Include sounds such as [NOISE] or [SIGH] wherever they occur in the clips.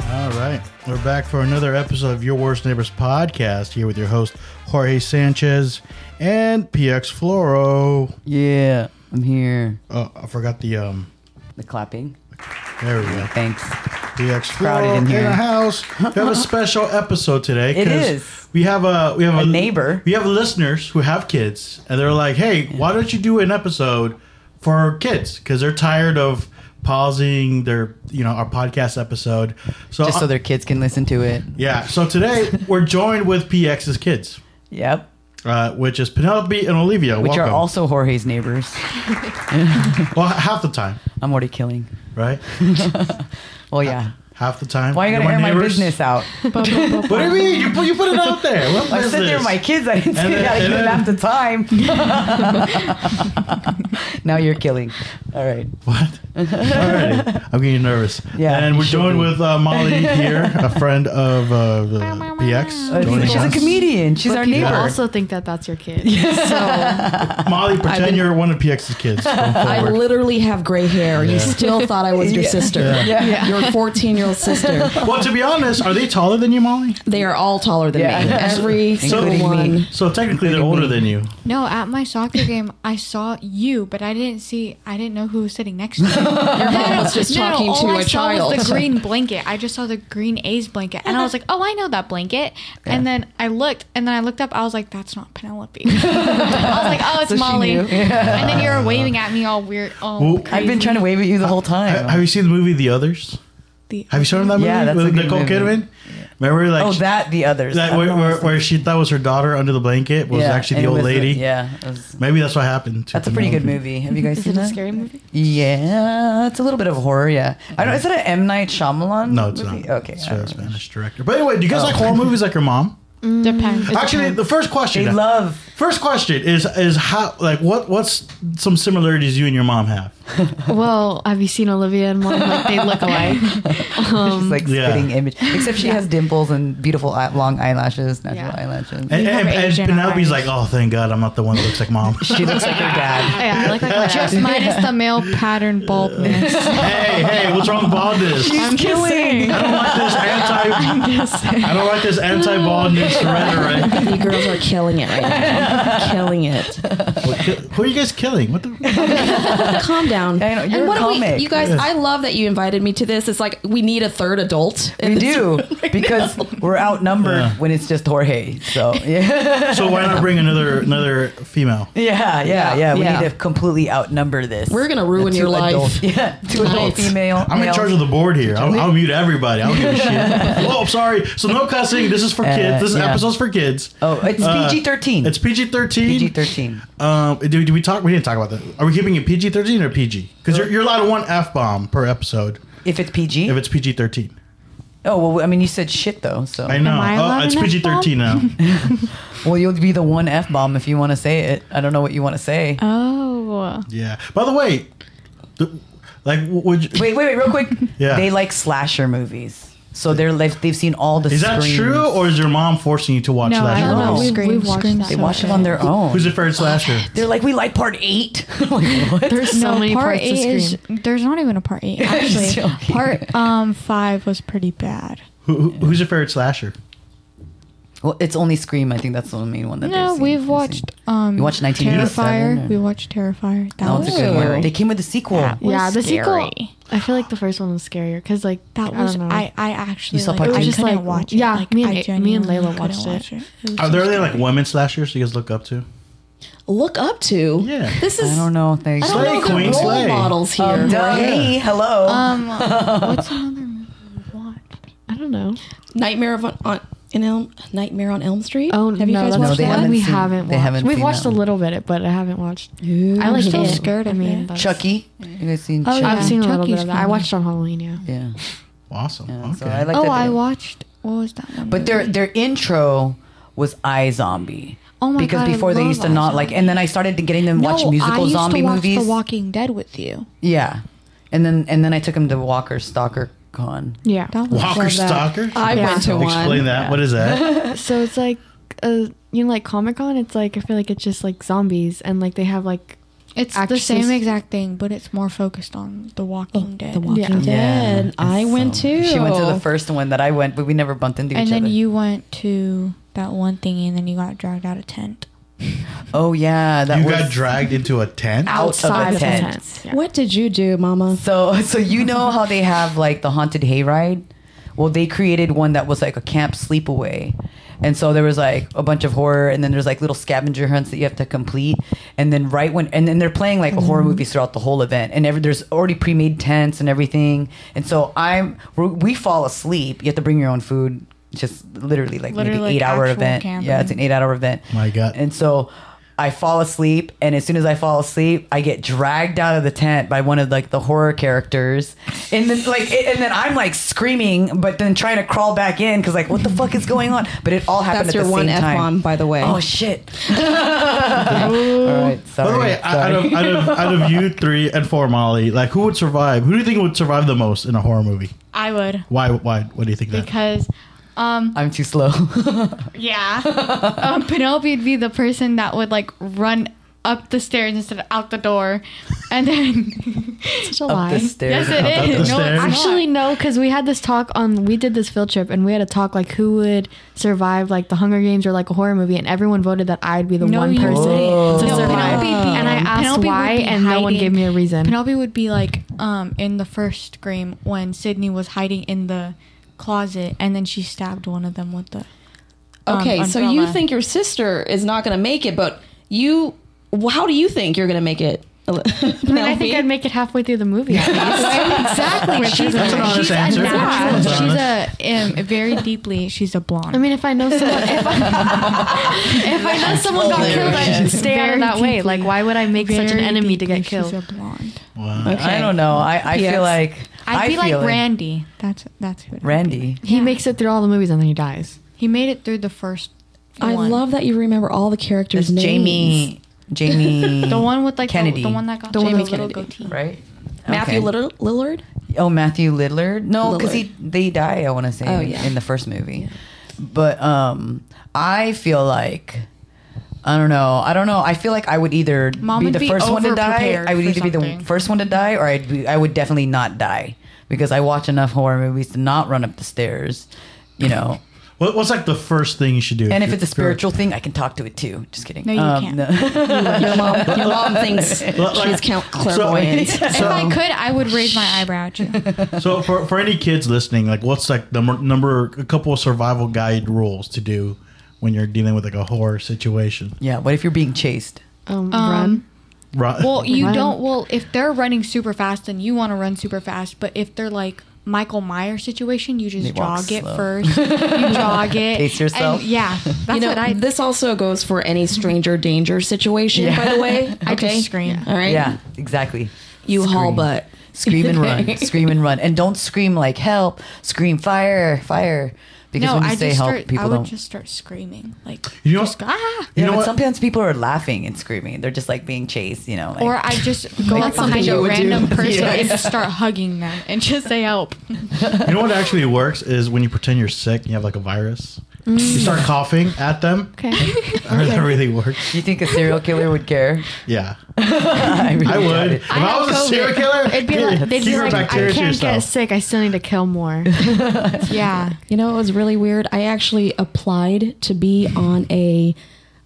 right. We're back for another episode of Your Worst Neighbors podcast here with your host, Jorge Sanchez and PX Floro. Yeah, I'm here. Oh, I forgot the, um, The clapping. there we go. Thanks. PX Crowded Floro in in, here. the house. We have a special episode today. It 'cause is. We have a, we have A neighbor. We have listeners who have kids and they're like, hey, why don't you do an episode for kids? Because they're tired of pausing their, you know, our podcast episode. So, Just so their kids can listen to it. yeah. So today we're joined with PX's kids. Yep. uh, which is Penelope and Olivia. Which Welcome. are also Jorge's neighbors. well, h- half the time, I'm already killing. [LAUGHS] right? Well, yeah. Half the time. Why you You're gotta air my neighbors. business out? [LAUGHS] What do you mean? You put, you put it out there. What [LAUGHS] I said business? they're my kids. I And didn't say then- that. I and didn't then- have the [LAUGHS] time. now you're killing. All right. What? [LAUGHS] Alrighty. I'm getting nervous. Yeah, And you we're should joined be. with uh, [LAUGHS] Molly here, a friend of uh, the PX. Uh, joining she's a us. comedian. She's But our people neighbor. also think that that's your kid. So [LAUGHS] Molly, pretend been- you're one of PX's kids. Going I forward. literally have gray hair. Yeah. You still thought I was your sister. Yeah. Your 14 year old sister. well, to be honest, are they taller than you, Molly? They are all taller than me. Yeah. Every Including single me. one. So technically, they're older Including me. than you. no, at my soccer game, I saw you, but I didn't see. I didn't know who was sitting next to you. Your [LAUGHS] mom was just talking oh, to all I a saw Was child. the [LAUGHS] green blanket. I just saw the green A's blanket, and I was like, "Oh, I know that blanket." And then I looked, and then I looked up. I was like, "That's not [LAUGHS] Penelope." I was like, "Oh, it's So she Molly." knew. And then you were waving at me all weird. All Well, crazy. I've been trying to wave at you the whole Ha- Have time. you seen the movie The Others? The- Have you seen that movie Yeah, that's a with good Nicole movie. Kidman? Remember, like Oh, that the others. That where, where, where she thought was her daughter under the blanket was Yeah, actually and the it old was a- lady. yeah. it was- Maybe that's what happened. To that's a pretty good movie. Have [LAUGHS] you guys Is seen it a that? scary movie? Yeah, it's a little bit of horror. Yeah, I don't. Is it an M Night Shyamalan? No, it's movie? not. Okay, Oh. it's I for a don't know. Spanish director. But anyway, do you guys like horror movies like your mom? Depends. It Actually, depends. the first question. uh, they love. First question is is how like what what's some similarities you and your mom have? well, Have you seen Olivia and Mom? Like [LAUGHS] they look alike. She's Um, like Yeah. spitting image. Except she has dimples and beautiful eye- long eyelashes, natural Yeah. eyelashes. And, have and, and Asian Penelope's like, eyes. oh, thank God, I'm not the one that looks like [LAUGHS] mom. she looks like her [LAUGHS] dad. yeah, I look like my just dad. minus [LAUGHS] the male pattern baldness. hey, hey, what's wrong with baldness? I I'm killing. don't like this [LAUGHS] anti. I don't like this anti baldness [LAUGHS] rhetoric. You girls are killing it right now. killing it. What- Who are you guys killing? What the? Calm down. I know, you're a and what do comic. we, you guys, I love that you invited me to this. It's like we need a third adult. in We this do room [LAUGHS] right because now. we're outnumbered Yeah. when it's just Jorge. So [LAUGHS] yeah, So why not bring another another female? yeah, yeah, yeah. We Yeah. need to completely outnumber this. We're gonna ruin The your two life. adult- [LAUGHS] yeah, two adult Right. female. I'm in males. charge of the board here. I'll, I'll mute everybody. I don't give a shit. [LAUGHS] Oh, I'm sorry. So no cussing. This is for Uh, kids. This yeah. episode's for kids. Oh, it's Uh, PG-13. It's PG-13. PG-13. Um, do, do we talk? We didn't talk about that. Are we keeping it PG-13 or PG? Because you're, you're allowed one f-bomb per episode If it's PG. if it's PG-13. oh well, I mean, you said shit though. So I know. Am I allowed oh, it's an PG-13 now. [LAUGHS] well, you'll be the one f bomb if you want to say it. I don't know what you want to say. Oh. yeah. By the way, the, like, w- would you, Wait, wait, wait, real quick. Yeah. They like slasher movies. So they're like they've seen all the is that screams. true or is your mom forcing you to watch No, that? I show? don't know. No. Scream, We watched scream, that. They scream. watch it on their own. Who's your favorite slasher? they're like, we like part eight. [LAUGHS] I'm like, what? There's so many part parts to eight is Scream. there's not even a [LAUGHS] part eight actually. joking. part um five was pretty bad. Who, who- who's your favorite slasher? well, it's only Scream. I think that's the main one that No, they've seen. we've They've watched seen. um E, You watched 1987 Terrifier. or- We watched Terrifier. That Oh, was it's a good one. Ooh. They came with a sequel. yeah, the scary. sequel. I feel like the first one was scarier because like That was I, don't know. I, I actually You saw like, part I two? couldn't Just like- watch yeah, it. Like, me I and- me and genuinely Layla couldn't watched watch it. was [LAUGHS] Are so there any like scary. women slashers you guys look up to? Look up to. Yeah. This is. I don't know. They I don't Slay, know the queen, role slay. models here. Um, duh, right? me, hello. [LAUGHS] Um what's another movie we watched? I don't know. Nightmare of on, on in Elm Nightmare on Elm Street. Oh have you no, guys that's No, watched they that? the one haven't we seen- haven't they watched. haven't We've seen watched that a one. little bit, but I haven't watched. Ooh. I like so it. scared of I mean, it. that's- Chucky. You guys seen Oh, Chucky? I've yeah. seen a little Chucky's bit of that. I fun. watched on Halloween. Yeah. Yeah. Awesome. yeah okay. So I like Oh, that I they- watched what was that one? But their their intro was I Zombie. Oh my because God, I before they love used to not like, iZombie. and then I started to getting them watch musical I used zombie to watch movies. The Walking Dead with you. yeah, and then and then I took them to Walker Stalker Con. Yeah. That was Walker so bad. Stalker? I Yeah. went to one. Explain that. What is that? So uh, it's like, uh, you know, like Comic Con. It's like I feel like it's just like zombies, and like they have like It's Actresses- the same exact thing, but it's more focused on The Walking Dead. The Walking Yeah. Dead. I It's went so- to. She went to the first one that I went, but we never bumped into and each then other. you went to that one thing, and then you got dragged out [LAUGHS] of tent. oh yeah, that you was got dragged into a [LAUGHS] tent. outside Outside of of the tent. tent. Yeah. What did you do, Mama? So, [LAUGHS] so you know how they have like the haunted hayride? Well, they created one that was like a camp sleepaway. And so there was like a bunch of horror, and then there's like little scavenger hunts that you have to complete. And then right when, and then they're playing like horror Mm-hmm. movies throughout the whole event, and every, there's already pre-made tents and everything. And so I'm, we we fall asleep. You have to bring your own food. Just literally like maybe Literally, like, eight-hour actual event. Yeah, it's an camping. eight-hour event. My God. And so I fall asleep, and as soon as I fall asleep, I get dragged out of the tent by one of like the horror characters, and then like, it, and then I'm like screaming, but then trying to crawl back in because like, what the fuck is going on? But it all happened at That's your the one same F bomb, time. by the way. Oh [LAUGHS] shit! [LAUGHS] all right, sorry. By the way, out sorry. of, out, of, out of you three and four, Molly, like who would survive? Who do you think would survive the most in a horror movie? I would Why? Why? What do you think? that? because, um, I'm too slow. yeah, Uh, um, Penelope would be the person that would like run up the stairs instead of out the door, and then Such a up lie. the [LAUGHS] stairs. yes, it the is. No, stairs? it's not. Actually, no, because we had this talk on. We did this field trip, and we had a talk like who would survive like the Hunger Games or like a horror movie, and everyone voted that I'd be the No, one you person wouldn't. to No, survive. Penelope would be- and I asked Penelope would why, be and no one hiding. gave me a reason. Penelope would be like um, in the first scream when Sydney was hiding in the closet and then she stabbed one of them with the. um, Okay, so you umbrella. think your sister is not going to make it, but you, well, how do you think you're going to make it? [LAUGHS] I mean, I think I'd make it halfway through the movie. [LAUGHS] [LAUGHS] exactly. She's, That's an honest she's answer. a natural. That's She's honest. a um, [LAUGHS] very deeply. She's a blonde. I mean, if I know someone, if I, if I know someone got killed, I should stay out of that way. Like, why would I make such an Very enemy to deeply get killed? She's a blonde. Wow. Okay. I don't know. I, I Yes. feel like I'd I be like feel Randy. That's that's who. it would be. Randy. He makes it through all the movies and then he dies. He made it through the first. I one. love that you remember all the It's characters' names. Jamie. Jamie. [LAUGHS] the one with like Kennedy. The, the one that got The the, one one with little Kennedy. goatee. right? Matthew Okay. Litter- Lillard. Oh, Matthew Lillard. No, because he they die. I want to say Oh, in- yeah. in the first movie, but um, I feel like I don't know. I don't know. I feel like I would either Mom be would the be first one to die. overprepared I would for either be the something. first one to die, or I'd be, I would definitely not die because I watch enough horror movies to not run up the stairs. You know, What, what's like the first thing you should do? and if it's you're- a spiritual thing, I can talk to it too. Just kidding. No, you Um, can't. Your mom, [LAUGHS] your mom thinks she's count clairvoyant. If I could, I would raise my eyebrow [LAUGHS] at you. So for, for any kids listening, like what's like the number, number a couple of survival guide rules to do when you're dealing with like a horror situation? [LAUGHS] Yeah. What if you're being chased? Um, run. Right. Well, you Run. don't. Well, if they're running super fast, then you want to run super fast. But if they're like Michael Myers situation, you just They walk jog it slow. first. You jog it. Pace yourself. And yeah, that's You know, what I. this also goes for any stranger danger situation, by the way. Okay. [LAUGHS] I just scream. All right. Yeah. Exactly. You haul Scream. butt. Scream and run. Scream and run. And don't scream like help. Scream fire, fire. Because no, when you I say just help, start. I people would don't. just start screaming like You know- just go, ah. you yeah, know but what? sometimes people are laughing and screaming. They're just like being chased, you know. Like, Or I just go up something behind you a would do. random person Yeah. and just start hugging them and just say help. you know what actually works is when you pretend you're sick, and you have like a virus. You start coughing at them. Okay. I heard [LAUGHS] that really works. do you think a serial killer would care? [LAUGHS] Yeah, I, really I doubt would. it. If I, have was a COVID. serial killer, It'd be like- they'd keep be your like, I bacteria I to can't get yourself. sick. I still need to kill more. Yeah. You know, it was really weird. I actually applied to be on a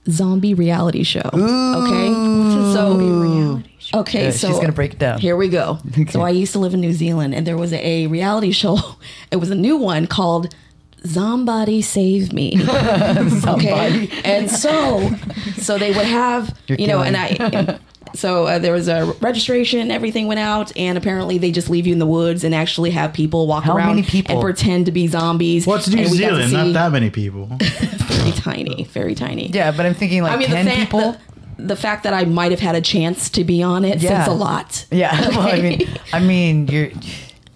zombie reality show. Okay. So Okay, Yeah, so she's gonna break it down. Here [LAUGHS] we go. So I used to live in New Zealand, and there was a reality show. [LAUGHS] It was a new one called "Zombody [LAUGHS] Save Me." okay, and so so they would have [LAUGHS] You're you know, killing and I. [LAUGHS] so uh, there was a registration, everything went out, and apparently they just leave you in the woods and actually have people walk How around many people? and pretend to be zombies. Well, it's New And we got to Zealand, not see- that many people. very tiny, very tiny. Yeah, but I'm thinking like I mean, ten the, fa- people. the, the fact that I might have had a chance to be on it Yeah. says a lot. [LAUGHS] [LAUGHS] yeah. Well, I mean, [LAUGHS] I mean, you're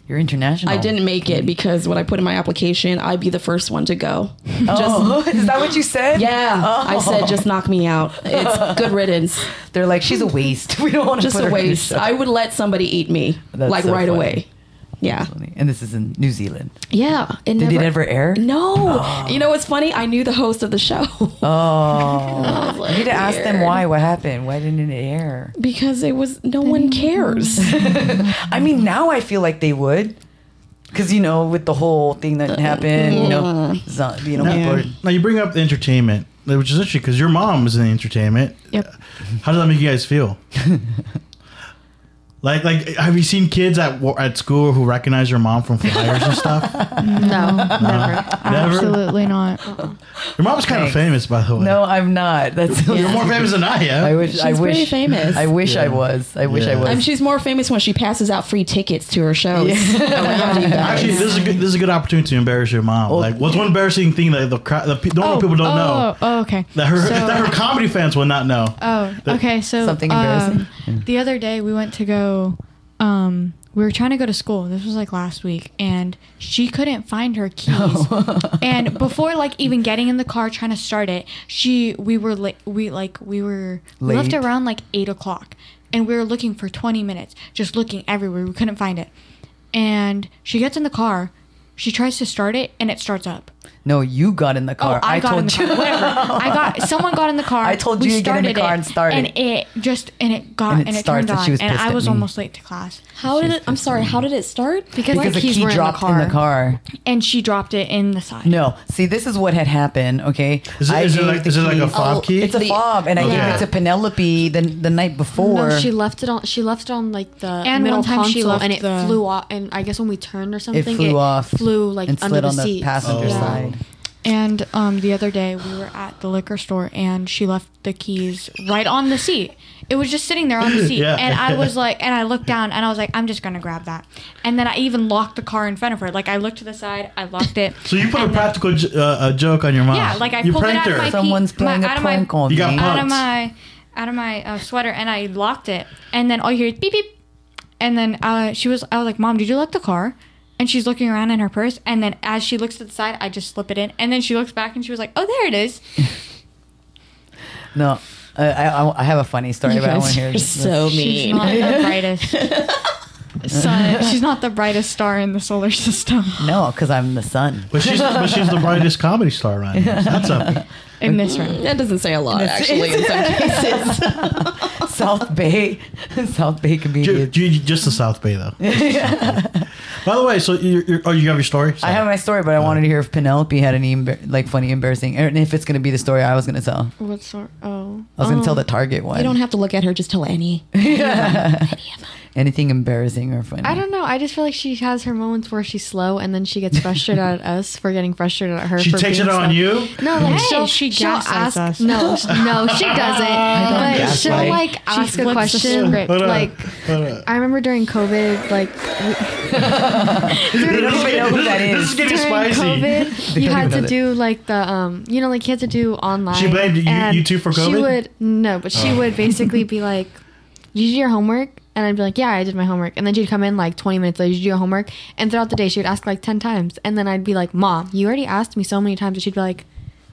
you're international. I didn't make it because when I put in my application, I'd be the first one to go. Oh, [LAUGHS] is that what you said? Yeah, I said just knock me out. [LAUGHS] It's good riddance, They're like, she's a waste. [LAUGHS] We don't want to just put a her in the waste. show. I would let somebody eat me That's like so right funny. away. Yeah. And this is in New Zealand. Yeah. It Did it ever air? No. [GASPS] You know what's funny? I knew the host of the show. Oh. [LAUGHS] I was you need to like, ask them "Weird." why. What happened? Why didn't it air? Because it was no one cares. [LAUGHS] I Mm-hmm. mean, now I feel like they would. Because, you know, with the whole thing Uh, that happened, you know, zo- you know people are- Now you bring up the entertainment, which is interesting because your mom was in the entertainment. Yep. How does that make you guys [LAUGHS] feel? like, like, have you seen kids at wa- at school who recognize your mom from flyers and [LAUGHS] stuff? No, never. Absolutely not. Your mom's kind of Thanks. famous, by the way. No, I'm not. That's you're more famous than I am. [LAUGHS] I wish. I She's wish. pretty famous. I wish I Yeah. was. I wish I Yeah. was. Um, she's more famous when she passes out free tickets to her shows [LAUGHS] around you [LAUGHS] guys. Actually, this is a good, this is a good opportunity to embarrass your mom. like, what's one embarrassing thing that the cra- the pe- normal people don't know Oh, oh, okay. that her [LAUGHS] So- that her comedy fans will not know? Oh, That- okay. So Something embarrassing. Um, the other day we went to go. Um, we were trying to go to school. This was like last week, and she couldn't find her keys. [LAUGHS] and before like even getting in the car trying to start it, she we were late. We like we were we left Late. around like eight o'clock, and we were looking for twenty minutes, just looking everywhere. We couldn't find it, and she gets in the car. She tries to start it, and it starts up. no, you got in the car. Oh, I, got told in the you. car. Whatever. I [LAUGHS] got someone got in the car. I told we you to get in the started car and start and it. just and it got And and it it, starts turned and on. she was and pissed I at was me. almost late to class. How did it? I'm sorry. How did it start? Because, because the keys key were in the dropped in the, car. car. And she dropped it in the side. No, see, this is what had happened. Okay, Is it, I is it gave like the is it like a key- fob Oh, key? It's a The- fob, and I Okay. gave it to Penelope the the night before. No, she left it on. She left it on like the And middle one time console, she left and it the- flew off. And I guess when we turned or something, flew off flew like and under slid the on the seats. passenger Oh. side. And um, the other day we were at the liquor store and she left the keys right on the seat. It was just sitting there on [LAUGHS] the seat, Yeah. and I was like, and I looked down, and I was like, I'm just gonna grab that. And then I even locked the car in front of her. Like I looked to the side, I locked it. so you put [LAUGHS] a practical j- uh, a joke on your mom. Yeah, like I you pulled it pranked out of her. my Someone's pe- my- playing a out of my- prank on You got me. punked. out of my out of my uh, sweater and I locked it. And then all you hear is beep beep. And then uh, she was, I was like, "Mom, did you lock the car?" And she's looking around in her purse. And then as she looks to the side, I just slip it in. And then she looks back and she was like, "Oh, there it is." No, I, I, I have a funny story You about guys one here. are [LAUGHS] so She's mean. not [LAUGHS] the brightest sun. She's not the brightest star in the solar system. no, because I'm the sun. But [LAUGHS] she's but she's the brightest comedy star around here. So That's up. [LAUGHS] In this room, That doesn't say a lot, actually. In some cases, South Bay, [LAUGHS] South Bay Ju- comedian. ju- just the South Bay [LAUGHS] though. By the way, so you're, you're, oh, you have your story. I Sorry. have my story, but I wanted to hear if Penelope had any embar- like funny, embarrassing, and if it's gonna be the story I was gonna tell. What sort? Oh, I was gonna tell the Target one. [LAUGHS] Um, you don't have to look at her. Just tell [LAUGHS] Annie. Anything embarrassing or funny? I don't know. I just feel like she has her moments where she's slow, and then she gets frustrated at us for getting frustrated at her. She for takes being it on slow. you. No, like she'll, she she'll gaslights ask. us. No, sh- no, she doesn't. but she'll gaslight. like ask flips the a question. script. Hold on. Like Hold on. I remember during COVID, like don't even know who that This is. is getting during spicy. COVID, They you don't had even to know do like the um, you know, like you had to do online. She blamed you- and you two for She COVID? Oh. would no, but she would basically be like, "Did you do your homework?" And I'd be like, "Yeah, I did my homework." And then she'd come in like 20 minutes later, "Did you do your homework?" And throughout the day, she'd ask like 10 times, and then I'd be like, "Mom, you already asked me so many times." And she'd be like.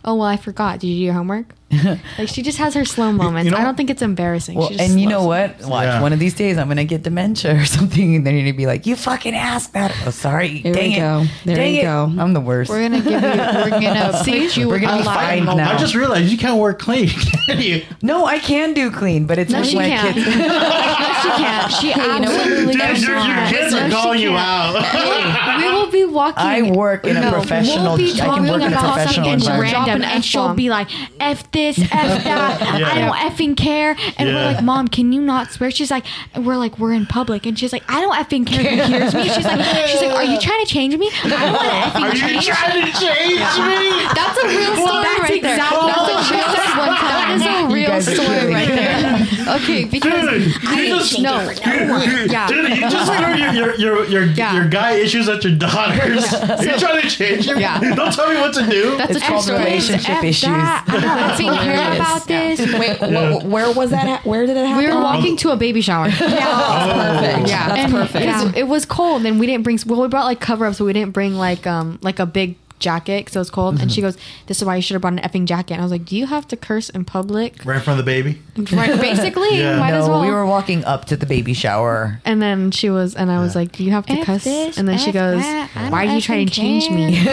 Oh well, I forgot. Did you do your homework? [LAUGHS] like she just has her slow moments. know- I don't think it's embarrassing. Well, She just and you slows. know what? Watch Yeah. one of these days I'm gonna get dementia or [LAUGHS] something, and then you're gonna be like, "You fucking asked that." Oh, sorry. There Dang you it. go. There Dang you it. go. I'm the worst. we're gonna give you. We're gonna put you We're gonna a be lot of fined gold. now. I just realized you can't work clean. [LAUGHS] Can you? no, I can do clean, but it's No, when she my can't. kids. no, [LAUGHS] she can't. She absolutely Dude, does your, your not. kids No, are she calling you can't. [LAUGHS] out. we will be walking. I work in a professional- We'll be I can talking work in a about professional something environment. random, and she'll be like, "F this, [LAUGHS] F that. I Yeah. don't effing care." And Yeah. we're like, "Mom, can you not swear?" She's like, and "We're like, we're in public," and she's like, "I don't effing care." if He hears me. She's like, "She's like, are you trying to change me? I don't [LAUGHS] [LAUGHS] Are want to effing you change." trying to change me? "That's a real story That's right there. exactly- That's a real story. One time. That is a You real guys are kidding. story right there. Okay, because Dude, you just no. Dude, Yeah. dude, you just threw your your your your, Yeah. your guy issues at your daughters. [LAUGHS] Are you trying to change me? Yeah. Don't tell me what to do. That's It's a true called story. relationship F issues. that. I don't effing care about this. Wait, wh- wh- where was that? At? Where did that happen? We were walking to a baby shower. Oh. Perfect. Yeah, that's And perfect. because It was cold, and we didn't bring. Well, we brought like cover ups, but we didn't bring like um like a big jacket because it was cold. And she goes, "This is why you should have brought an effing jacket." And I was like, "Do you have to curse in public?" Right in front of the baby. Right, basically, Yeah. might as No, well. we were walking up to the baby shower. and then she was, and I was Yeah. like, "Do you have to F cuss?" this, and then she F goes, that, I "Why don't are you trying to effing change me?"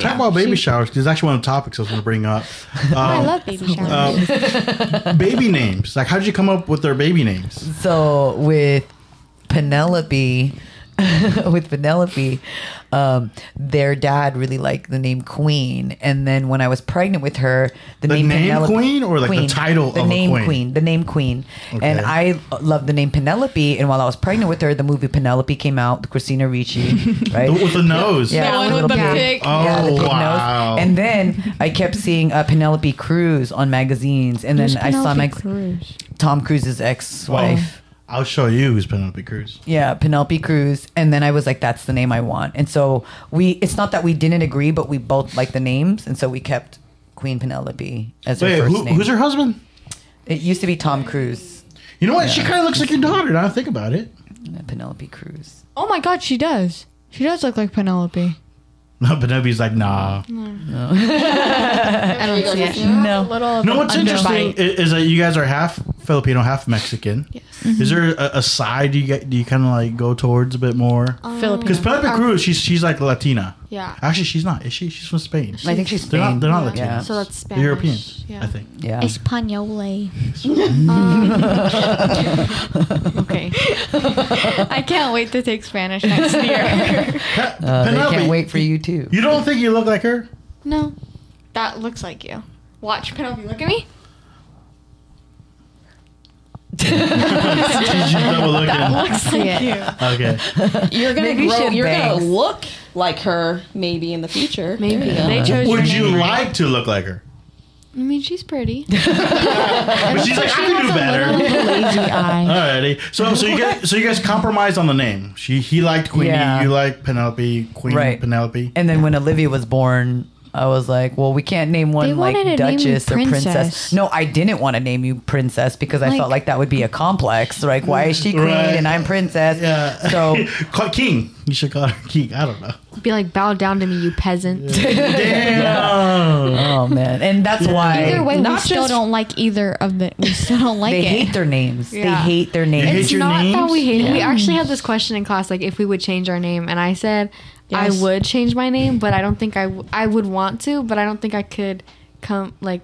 Talk about baby showers because it's actually one of the topics I was going to bring [LAUGHS] up. Um, I Oh. love baby showers. baby names. Like, how did you come up with their baby names? So with Penelope, [LAUGHS] with Penelope, um, their dad really liked the name Queen, and then when I was pregnant with her, the, The name, name Penelope, Queen or, like, the title the of a name queen? the name Queen, and Okay. I loved the name Penelope. And while I was pregnant with her, the movie Penelope came out, Christina [LAUGHS] Ricci, right? The- With [LAUGHS] the nose. Yeah, one a with little the bit. pig. Oh, Yeah, the pig wow. nose. And then I kept seeing uh, Penelope Cruz on magazines, and then I saw my Tom Cruise's Oh. ex-wife. I'll show you who's Penelope Cruz. Yeah, Penelope Cruz, and then I was like, "That's the name I want." And so we, it's not that we didn't agree, but we both like the names, and so we kept Queen Penelope as Wait, her first who, name. who's her husband? It used to be Tom Cruise, You know what? She kind of looks like your daughter. Now I think about it. [LAUGHS] uh, Penelope Cruz. Oh my god, she does. She does look like Penelope. No, Penelope's like, nah. I don't see it. No, No, what's interesting underbite. i- is, that you guys are half Filipino, half Mexican. Yes. Is there a, a side you get? Do you kind of like go towards a bit more? Oh, Because Filipino. Oh, Penelope Cruz, she's she's like Latina. Yeah. Actually, she's not. Is she? She's from Spain. I think she's They're not. Spain. They're not Yeah. Latina. So that's Spanish. European. Yeah. I think. [LAUGHS] yeah. Espanole. Okay. [LAUGHS] I can't wait to take Spanish [LAUGHS] next year. Uh, they Penelope, can't wait for you too. You don't think you look like her? no, that looks like you. Watch Penelope. Look at me. She's double looking. [LAUGHS] Looks like you. Okay. You're gonna Maybe you grow, should you're bangs. gonna look like her maybe in the future. Maybe they chose your Would you name. like to look like her? I mean, [LAUGHS] she's pretty. But she's like, I can do better. [LAUGHS] Lazy eye. Alrighty. So so you guys so you guys compromised on the name. She he liked Queenie, Yeah. you like Penelope, Queen Right. Penelope. And then when Olivia was born, I was like, well, we can't name one They like wanted to name you Duchess or Princess. Princess. No, I didn't want to name you Princess because I felt Like- like that would be a complex. Like, why is she Queen Right. and I'm Princess? Yeah. So [LAUGHS] Call- King. You should call her King. I don't know. Be like, bow down to me, you peasant. Damn. Oh man, and that's why Either way, we Not still just- don't like either of the. We still don't like they it. hate their names. They Yeah. hate their names. hate It's your not that names? we hate it. We actually had this question in class, like if we would change our name, and I said Yes. I would change my name, but I don't think I w- I would want to, but I don't think I could come like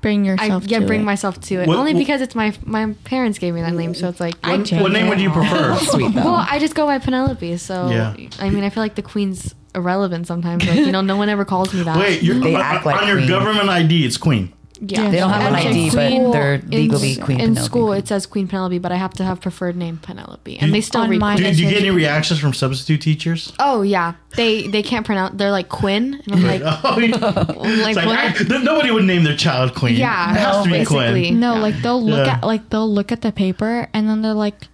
Bring I yourself. yeah to bring it. myself to it What- only what- because it's my my parents gave me that name, so it's like I What, what name would you prefer? [LAUGHS] Sweet [LAUGHS] though. well I just go by Penelope, so Yeah. I mean I feel like the queen's irrelevant sometimes. Like you know, no one ever calls me that. Wait, you're, They on, act like on your queens. government ID, it's Queen. yeah. they don't have an Actually, ID, in but school- they're in legally s- Queen In Penelope. school, it says Queen Penelope, but I have to have preferred name Penelope, Do- and they still On read mine, Queen. Do, do you get says- any reactions from substitute teachers? Oh yeah, they they can't pronounce. They're like Quinn, and I'm like, [LAUGHS] Oh, yeah. like, It's like, I, what? th- nobody would name their child Queen. Yeah, it has no, to be Queen. basically. No, Yeah. like they'll look Yeah. at like they'll look at the paper and then they're like,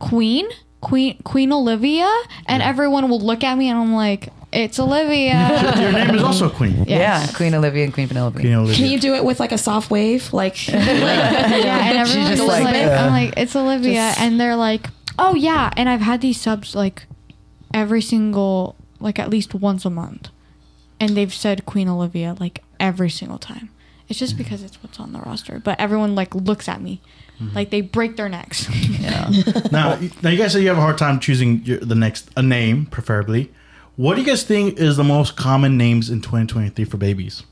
Queen, Queen, Queen Olivia, and everyone will look at me and I'm like, it's Olivia. Your name is also Queen. yeah, Queen Olivia and Queen Penelope. You know, Can you do it with like a soft wave? [LAUGHS] [LAUGHS] Like yeah, and everyone's just just like, like, uh, I'm like, it's Olivia, just- and they're like, oh yeah, and I've had these subs like every single like at least once a month, and they've said Queen Olivia like every single time. It's just because it's what's on the roster, but everyone like looks at me, Mm-hmm. like they break their [LAUGHS] necks. now, y- now you guys say you have a hard time choosing your, the next a name, preferably. What do you guys think is the most common names in 2023 for babies?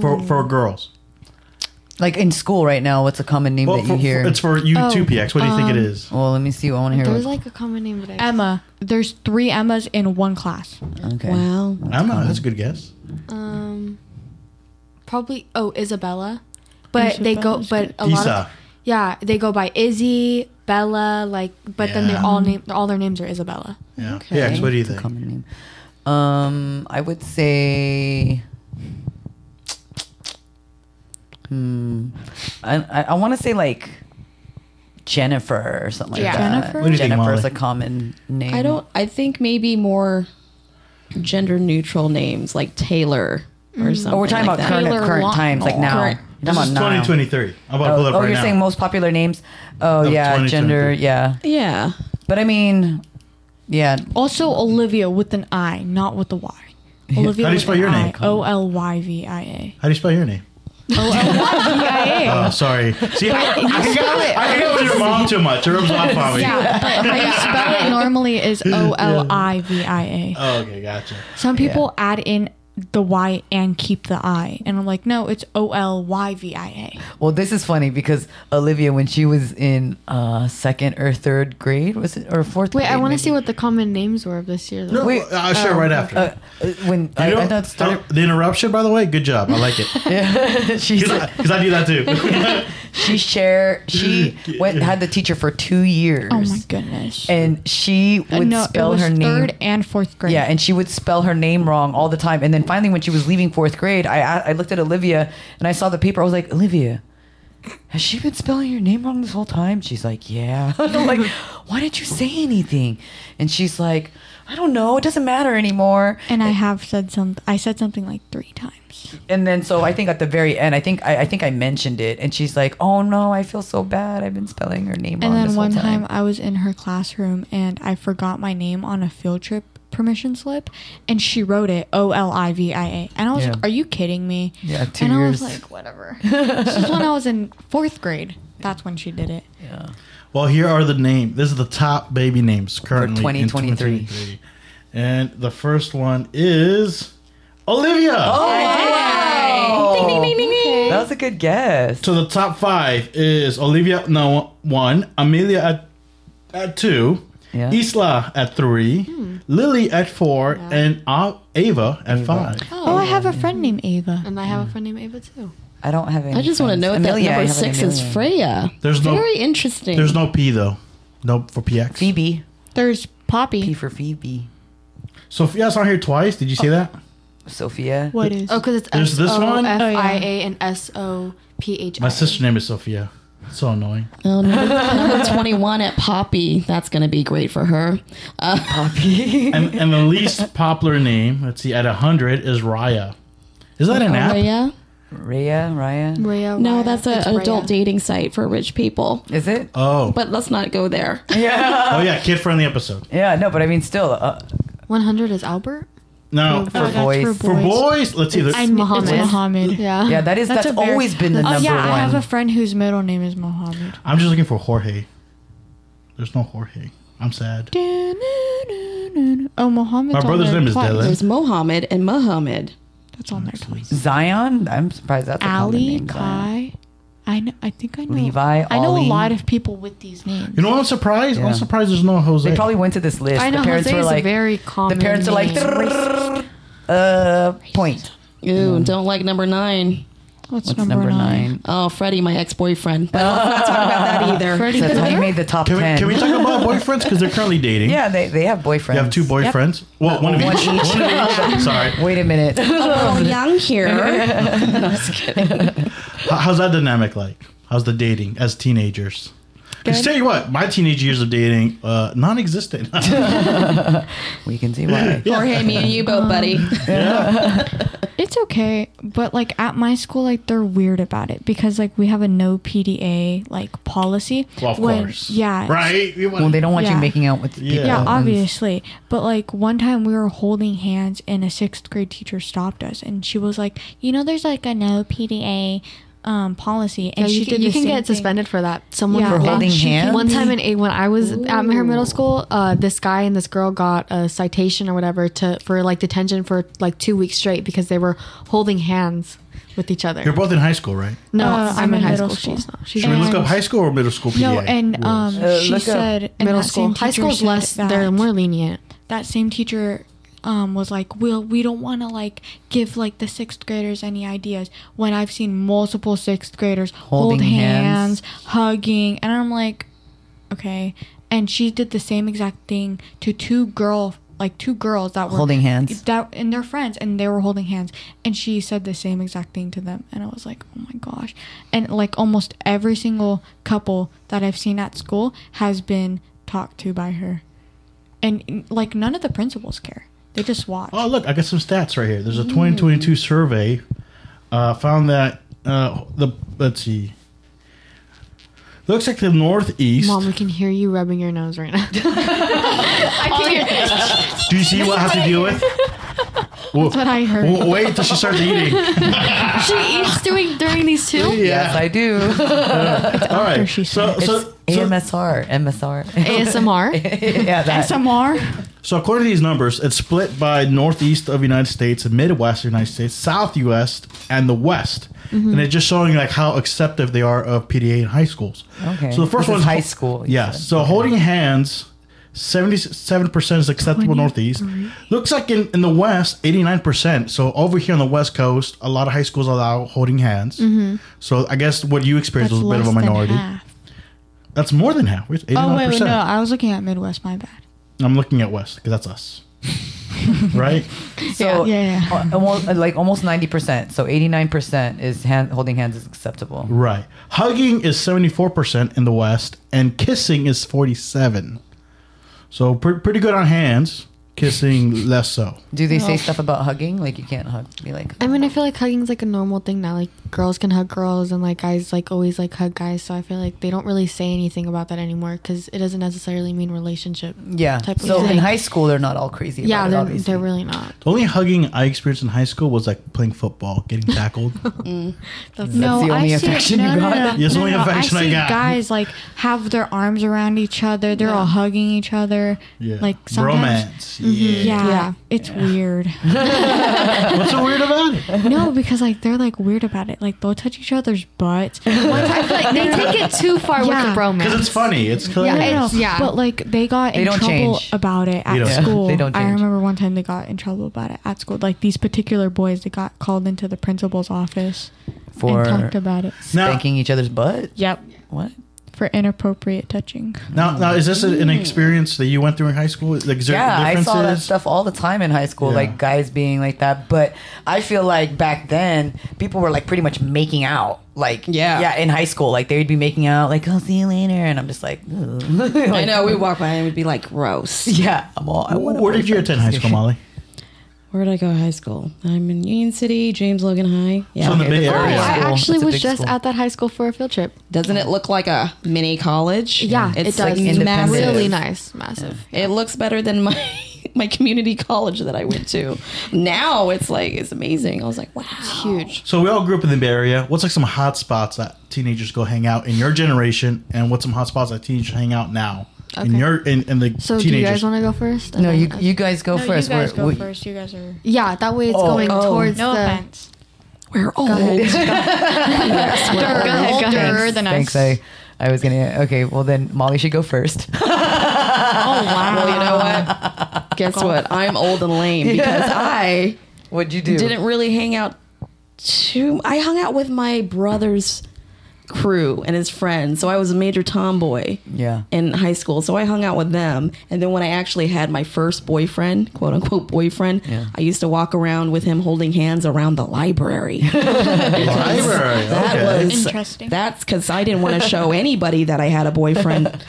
For for girls. Like in school right now, what's a common name that for, you hear? for- it's for you Oh, two PX. What do you think it is? well, let me see. I want to hear. there's What, like a common name, but I Emma. There's three Emmas in one class. okay. wow. I don't know. That's a good guess. um probably oh Isabella, but they go but a lot Isa. of yeah they go by Izzy Bella like but then they Yeah. all name all their names are Isabella. Yeah. PX, what do you It's a think? common name. Um, I would say. Hmm. I I, I want to say like Jennifer or something Yeah. like that. Jennifer? What do you think, Jennifer's Molly? a common name. Mm-hmm. I don't. I think maybe more gender neutral names like Taylor or something. Oh, we're talking about like that. current Taylor current Lautner. times, like now. Current. You're This is talking about now. 2023. I'm about to pull Oh, up oh, right you're now. saying most popular names? Oh Of yeah, 2023. gender, yeah. Yeah, But I mean, Yeah. Also, Olivia with an I, not with [LAUGHS] a Y. Olivia How do you with spell an your name, I. Colin? O L Y V I A. How do you spell your name? [LAUGHS] I Oh, sorry. See, I, I, hang out- I hang out with your mom too much. It rubs off on A. me. [LAUGHS] Yeah, but how you spell it normally is O L I V I A. Oh, okay, gotcha. Some people add in the Y and keep the I, and I'm like, no, it's O L Y V I A. Well, this is funny because Olivia, when she was in uh, second or third grade, was it or fourth? Wait, grade, I want to maybe? see what the common names were of this year. Though. No, Wait, I'll share right after. Uh, uh, when I, You know- I thought it started, oh, the interruption, by the way, good job. I like [LAUGHS] it she's because I do that [LAUGHS] too. she share [LAUGHS] she went had the teacher for two years. Oh my goodness. And she would no, spell it was her name. third and fourth grade. Yeah, and she would spell her name wrong all the time. And then finally, when she was leaving fourth grade, I I looked at Olivia and I saw the paper. I was like, Olivia, has she been spelling your name wrong this whole time? She's like, Yeah. [LAUGHS] And I'm like, why didn't you say anything? And she's like, I don't know. It doesn't matter anymore. and I have said something. I said something like three times. And then so I think at the very end, I think I, I think I mentioned it, and she's like, Oh no, I feel so bad. I've been spelling her name wrong. And this then one whole time I was in her classroom and I forgot my name on a field trip permission slip and she wrote it O L I V I A. And I was Yeah. like, Are you kidding me? Yeah, two and years. I was [LAUGHS] like, Whatever. this is when I was in fourth grade. That's when she did it. well, here are the name. This is the top baby names currently in 2023. 2023. And the first one is Olivia. Oh. That was a good guess. So the top five is Olivia no one, Amelia at at two, Yeah. Isla at three, Lily at four, and A- Ava at five. Oh, I have a friend named Ava. And I have a friend named Ava too. I don't have any. I just want to friends. note Amelia, I that number have an six is Amelia. Freya. There's no- very interesting. There's no P though. No for PX. Phoebe. There's P Poppy. for Phoebe. Sophia's on here twice. Did you Oh. see that? Sophia. What is? Oh, because it's There's this one? S O F I A Oh, and S O P H I. My sister's name is Sophia. So annoying. Oh, number, [LAUGHS] number 21 at Poppy. That's going to be great for her. Uh, Poppy. [LAUGHS] And, and the least popular name, let's see, at 100 is Raya. Is that an app? Raya? Rhea. Ryan. Rhea, No, Raya. that's a, It's an Rhea. adult dating site for rich people. Is it? [LAUGHS] Oh. But let's not go there. Yeah. Oh, yeah, kid friendly episode. Yeah. No, but I mean, still. Uh, 100 is Albert? Oh, No, Oh, for, for boys. for boys, let's see. I There's, kn- Muhammad. It's Muhammad. Yeah. yeah, that is that's, a very- always been the Oh, number yeah, I have one. a friend whose middle name is [LAUGHS] Mohammed. I'm just looking for Jorge. There's no Jorge. I'm sad. Oh, Mohammed's My on brother's there name is twice. Dylan. There's Mohammed and Muhammad. That's on there twice. Zion. I'm surprised that's a common Ali, name, Zion. Kai. I know, I think I know. Levi, I know Ollie. a lot of people with these names. You know what I'm surprised? Yeah. I'm surprised there's no Jose. They probably went to this list. I know the parents Jose were is like, a very common. the parents are like, name. "Trrrr, uh, point. Ooh, Mm. don't like number nine. What's, What's number, nine? Oh, Freddie, my ex-boyfriend. [LAUGHS] But let's not talk about that either. Freddie That's how you Federer? made the top can, we, ten. can we talk about boyfriends? Because they're currently dating. yeah, they, they have boyfriends. You have two boyfriends? Well, one of One each. One of [LAUGHS] each. Sorry. Wait a minute. Oh, [LAUGHS] young here. How- How's that dynamic like? How's the dating as teenagers? Because tell you what, my teenage years of dating, uh, non-existent. [LAUGHS] we can see why. Jorge, me and you both, buddy. Um, It's okay, but like at my school, like they're weird about it because like we have a no PDA like policy. well, of when- course. Yeah. Right? You want- Well, they don't want you Yeah. making out with Yeah. people. Yeah, and- obviously. But like one time we were holding hands and a sixth grade teacher stopped us and she was like, you know, there's like a no PDA um, policy, and Yeah, she you, did can, you the can same get thing. suspended for that. Someone Yeah. For and holding she can hands? One time in eight, when I was at her middle school, uh, this guy and this girl got a citation or whatever to for like detention for like two weeks straight because they were holding hands with each other. You're both in high school, right? no, Uh, I'm, in high school. She's not. She's Should we look And- up high school or middle school PDA? No, and um, rules? Uh, she look up said and middle that school. same High teacher school's said less. That, They're more [LAUGHS] lenient. that same teacher um, was like, "Well, we don't want to like give like the sixth graders any ideas." When I've seen multiple sixth graders hold Holding hands. hands, hugging, and I'm like, "Okay." And she did the same exact thing to two girl, like two girls that were Holding hands. that and their friends, and they were holding hands. And she said the same exact thing to them, and I was like, "Oh my gosh!" And like almost every single couple that I've seen at school has been talked to by her and like none of the principals care. They just watch. Oh, look, I got some stats right here. There's a 2022 survey uh, found that uh, the let's see. Looks like the Northeast. [LAUGHS] Mom, we can hear you rubbing your nose right now. I, Do you see what I have to deal [LAUGHS] with? That's what I heard. Wait until she starts eating. She eats doing during these two. [LAUGHS] Yes, I do. All right. she So, [LAUGHS] It's so, so, AMSR, MSR. [LAUGHS] [LAUGHS] ASMR. yeah, that. Some more. so according to these numbers, it's split by northeast of the United States, and midwest of the United States, south U.S., and the west. Mm-hmm. And it's just showing like how acceptive they are of PDA in high schools. Okay. So the first This one's is high school, you Yeah. said. So holding hands, seventy-seven percent is acceptable northeast. Mm-hmm. Looks like in, in the west, eighty-nine percent. So over here on the west coast, a lot of high schools allow holding hands. So I guess what you experienced Mm-hmm. That's was a bit of less a than minority. half. That's more than half. It's Oh eighty-nine wait, wait, percent. no, I was looking at Midwest. My bad. I'm looking at West because that's [LAUGHS] us, right? so Yeah, yeah. al- almost uh, like almost ninety percent. So eighty nine percent is hand, holding hands is acceptable. Right. Hugging is 74 percent in the West, and kissing is 47. So pre- pretty good on hands. Kissing less so. Do they say stuff about hugging? Like you can't hug. Be like, I mean, I feel like hugging's like a normal thing now. Like girls can hug girls, and like guys like always like hug guys. So I feel like they don't really say anything about that anymore because it doesn't necessarily mean relationship. yeah. Type of So in thing. high school, they're not all crazy. Yeah, about they're, it, obviously. they're really [LAUGHS] not. The only hugging I experienced in high school was like playing football, getting tackled. That's That's the only see- affection you got? It's the only affection I see got. Guys like have their arms around each other. They're all hugging each other. yeah. Like sometimes. romance. Mm-hmm. Yeah. Yeah. [LAUGHS] It's weird. What's so weird about [LAUGHS] it? no, because like they're like weird about it. Like they'll touch each other's butts. One time, like, [LAUGHS] they take it too far Yeah. with the bromance. Because it's funny. It's Yeah, hilarious. I know. It's- yeah. But like they got They in don't trouble change. about it don't. at Yeah, school. they don't I change. remember one time they got in trouble about it at school. Like these particular boys, they got called into the principal's office for and talked about it. Now- spanking each other's butt. Yep, What? for inappropriate touching. Now, now is this an experience that you went through in high school? Like, is there Mm-hmm. Yeah, I differences? saw that stuff all the time in high school, Yeah. like guys being like that. But I feel like back then, people were like pretty much making out, like Yeah. yeah, in high school, like they'd be making out, like "I'll see you later," and I'm just like, "Ugh." [LAUGHS] [LAUGHS] I know we walk by and we'd be like, gross. yeah, I'm all. I wanna Where did you attend high school, Molly? Where did I go to high school? I'm in Union City, James Logan High. Yeah. From the Bay that's Oh, Area. Yeah. I School. actually It's a was big just school. at that high school for a field trip. Doesn't it look like a mini college? Yeah, it's it does. like massive. Really nice, massive. It looks better than my [LAUGHS] my community college that I went to. Now it's like it's amazing. I was like, wow, huge. So we all grew up in the Bay Area. What's like some hot spots that teenagers go hang out in your generation, and what's some hot spots that teenagers hang out now in Okay. your in, in the So do you teenagers? guys want to go first? No, you you guys go No, first. you guys We're- go we- first. You guys are Yeah, that way it's Oh. going Oh. towards no the. offense. We're old. Go ahead, go ahead. Older than Thanks. us. I, I was gonna. Okay, well then Molly should go first. [LAUGHS] Oh wow. Well, you know what? Guess what? I'm old and [LAUGHS] lame because I What'd you do? didn't really hang out too. I hung out with my brother's crew and his friends, so I was a major tomboy. Yeah. in high school. So I hung out with them. And then when I actually had my first boyfriend, quote unquote boyfriend, Yeah. I used to walk around with him holding hands around [LAUGHS] the library. Library. [LAUGHS] That okay. was Interesting. That's because I didn't want to show anybody that I had a boyfriend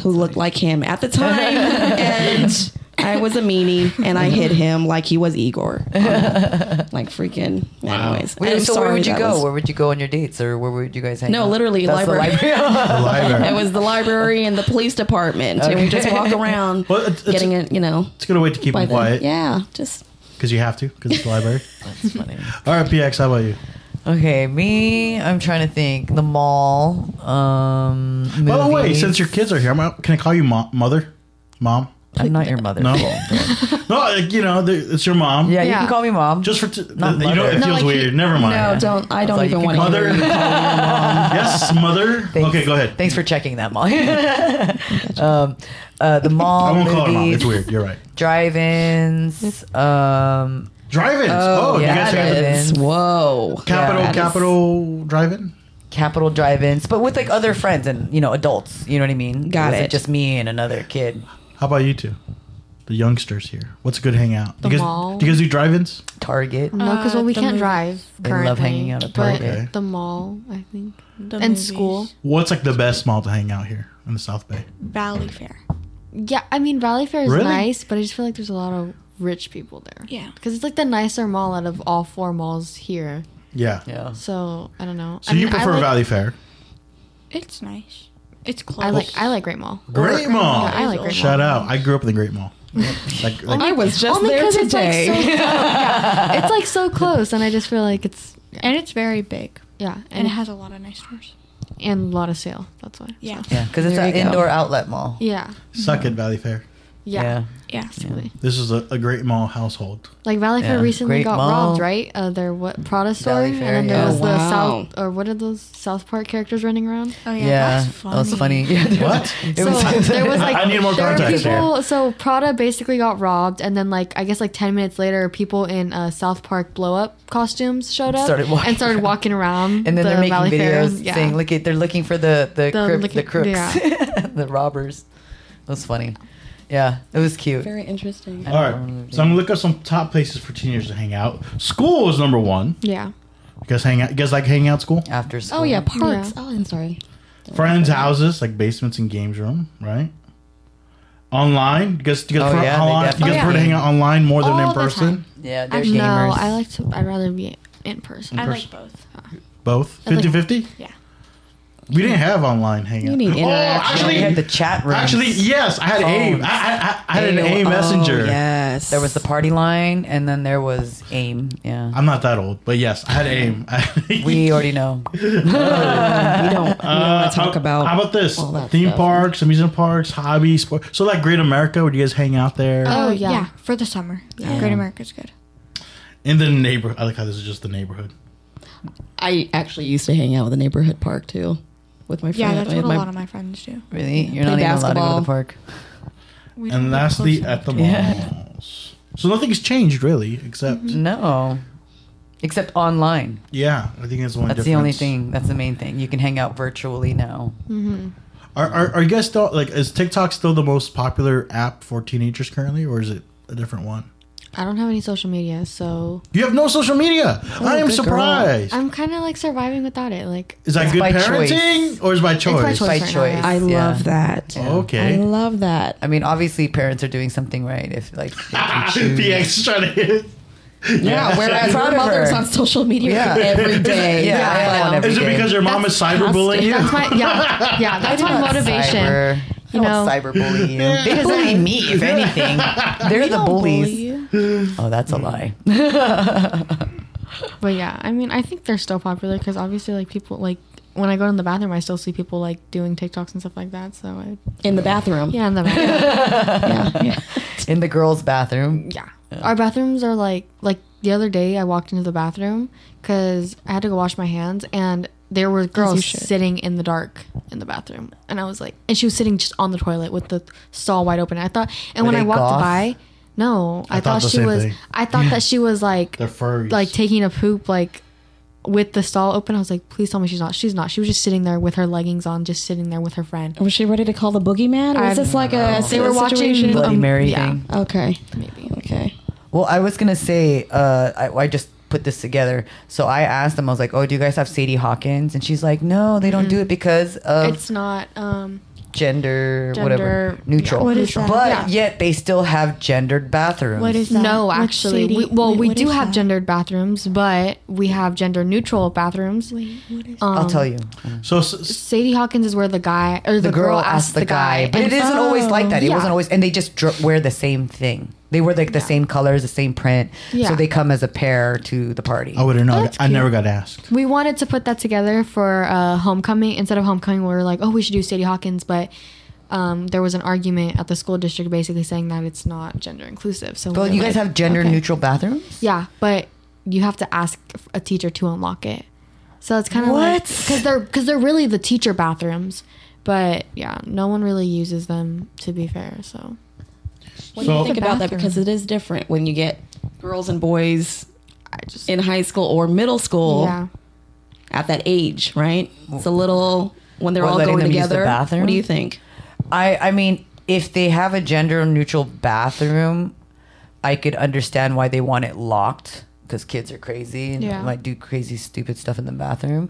who looked like him at the time. and I was a meanie and I hit him like he [LAUGHS] was Igor. like freaking. Anyways. Wait, I'm so where sorry would you that go? was- where would you go on your dates, or where would you guys hang? No, out? literally, That's the library. The [LAUGHS] library. It was the library and the police department. And we just walk around Well, it's- it's- getting it, you know. It's a good way to keep by them then. quiet Yeah, just because you have to because it's the library. That's funny. All right, PX, how about you? Okay, me. I'm trying to think. The mall. Um. By the way, movies. since your kids are here, I'm out, can I call you mom, mother, mom? I'm not your mother. [LAUGHS] No, Yeah, no, like, you know, the, it's your mom. you Yeah. can call me mom. Just for t- Not you know, mother. it feels No, like he- weird. Never mind. no, don't. I don't all you even can want to. Mother, call me mom. yes, mother. Thanks. Okay, go ahead. Thanks for checking that, Molly. [LAUGHS] um, uh, the mall. I won't call her mom. movies, It's weird. You're right. Drive-ins. Um. Drive-ins. Oh, you yeah, guys have drive-in. the Drive-ins. Whoa. capital Yeah, that is- capital drive-in. Capital drive-ins, but with like other friends and you know adults. You know what I mean? Got wasn't it. Just me and another kid. How about you two? The youngsters here. What's a good hangout? The do, you guys, mall. do you guys do drive-ins? Target. No, because Uh, well, we can't drive They currently. love hanging out at but Target. the mall, I think, and school. What's like the best mall to hang out here in the South Bay? Valley Fair. Yeah, I mean Valley Fair is Really? nice, but I just feel like there's a lot of rich people there. Yeah. because it's like the nicer mall out of all four malls here. Yeah. Yeah. So I don't know. So I mean, you I prefer like- Valley Fair? It's nice. It's close. I like I like Great Mall. Great Mall. Yeah, I like Great Shout Mall. out. I grew up in the Great Mall. like, like- I was just Only there 'cause it's, like, today. so close. Yeah, it's like so close, and I just feel like it's and it's very big, yeah, and and it has a lot of nice stores. and a lot of sale. That's why. Yeah, Yeah, because it's There an you go. indoor outlet mall. Yeah. suck it, Valley Fair. Yeah. yeah. Absolutely. This is a, a Great Mall household. Like Valley Fair Yeah. recently Great got Mall. robbed, right? Uh, their what Prada store, Valley Fair, and then there yeah. was Oh, wow. the South or what are those South Park characters running around? Oh Yeah, that was funny. [LAUGHS] [LAUGHS] What? It so was, there [LAUGHS] was like I need more there were context here. people, So Prada basically got robbed, and then like I guess like ten minutes later, people in uh, South Park blow up costumes showed up Started walking and started around. walking [LAUGHS] around. and then the they're making Valley Fair. videos Yeah. saying, "Look, at they're looking for the the crip- looking- the crooks, yeah. [LAUGHS] the robbers." It was funny. Yeah, it was cute. Very interesting. All right. So I'm gonna look up some top places for teenagers to hang out. School is number one. yeah, You guys hang out. You guys like hanging out at school? After school. Oh yeah, parks. Yeah. Oh, I'm sorry. Friends' houses, like basements and games room, right? Online, you guys, you guys, Oh, prefer yeah, they online, you guys definitely- prefer to Yeah. hang out online more than All in the person. time. yeah. They're I gamers. no, I like to. I'd rather be in person. I person. like both. Both Like- 50 50? Yeah. We didn't have online hangout. You need oh, interaction. We had the actually, chat room. actually, yes, I had AIM. I, Phones. I, I, I had an AIM, AIM oh, messenger. Yes. there was the party line, and then there was aim. Yeah, I'm not that old, but yes, I had AIM. [LAUGHS] we already know. we don't, we don't Uh, want to talk how, about. how about this? all that Theme stuff. parks, amusement parks, hobbies, sport. So, like Great America, would you guys hang out there Uh, Oh, yeah. for the summer. Great America's good. in the neighborhood? I like how this is just the neighborhood. I actually used to hang out with the neighborhood park too, with my friends. Yeah, that's I what had a my- lot of my friends do. Really, you're not Play even allowed to go to basketball. the park. We don't And live lastly, close at the enough. Mm-hmm. Yeah. Mm-hmm. malls. So nothing's changed really, except No, except online. yeah, I think that's the only. That's the only difference. thing. That's the main thing. You can hang out virtually now. Are, are are you guys still like? Is TikTok still the most popular app for teenagers currently, or is it a different one? I don't have any social media, so You have no social media. I am Oh, good girl. surprised. I'm kind of like surviving without it. Like Is that It's good by parenting choice. or is it by choice? by choice. By Right now, choice. yeah. I yeah. love that. I Okay. love that. I mean, obviously, parents are doing something right. If like, they [LAUGHS] can choose. PX trying to hit. [LAUGHS] Yeah, whereas Proud our of mother's her. on social media Yeah. [LAUGHS] every day. Yeah, I am on but- every- Is it Okay. because your mom is cyberbullying you? that's my yeah yeah that's my motivation. Cyber, You I don't know. cyberbully you. They bully me, if anything. [LAUGHS] They're the bullies. Oh, that's a [LAUGHS] lie. But yeah, I mean, I think they're still popular because obviously, like people like when I go in the bathroom, I still see people like doing TikToks and stuff like that. So I, in the bathroom. yeah, in the bathroom, [LAUGHS] In the girls' bathroom. yeah. Our bathrooms are like like the other day I walked into the bathroom because I had to go wash my hands and there were girls should. sitting in the dark in the bathroom and I was like, and she was sitting just on the toilet with the stall wide open. I thought, and Were when I they walked goth? by, no, I, I thought thought, the she same was, thing. I thought that she was like They're furries. like taking a poop like with the stall open. I was like, please tell me she's not. She's not. She was just sitting there with her leggings on, just sitting there with her friend. Was she ready to call the boogeyman? Or I was this don't like a They were watching situation? Bloody um, Mary yeah. thing. Okay. Maybe. Okay. Well, I was gonna say, uh, I, I just put this together. So I asked them. I was like, "Oh, do you guys have Sadie Hawkins?" And she's like, "No, they don't do it because of Mm. It's not. Um, gender, whatever, Gender- neutral." yeah, what is that? But Yeah. yet they still have gendered bathrooms. What is that? no, What's actually, shady? we, well, Wait, we what do is have that? gender bathrooms, but we have gender neutral bathrooms. Wait, what is Um, I'll tell you. so, s- Sadie Hawkins is where the guy or the, the girl asked the guy, but and- it isn't always like that. It Yeah. wasn't always, and they just dr- wear the same thing. They wear like the same colors, the same print, Yeah. so they come as a pair to the party. I wouldn't know. That's I never got asked. We wanted to put that together for uh, homecoming. Instead of homecoming, we were like, oh, we should do Sadie Hawkins, but um, there was an argument at the school district basically saying that it's not gender inclusive. So well, we were you guys like- have gender neutral bathrooms. yeah, but you have to ask a teacher to unlock it. So it's kind of like What? because they're because they're really the teacher bathrooms, but yeah, no one really uses them to be fair. So What do So- you think The about that? bathroom. Because it is different when you get girls and boys I just in high school or middle school yeah. at that age, right? It's a little when they're Or all letting going them use the together. bathroom? What do you think? I, I mean, if they have a gender neutral bathroom, I could understand why they want it locked because kids are crazy and Yeah. might do crazy, stupid stuff in the bathroom.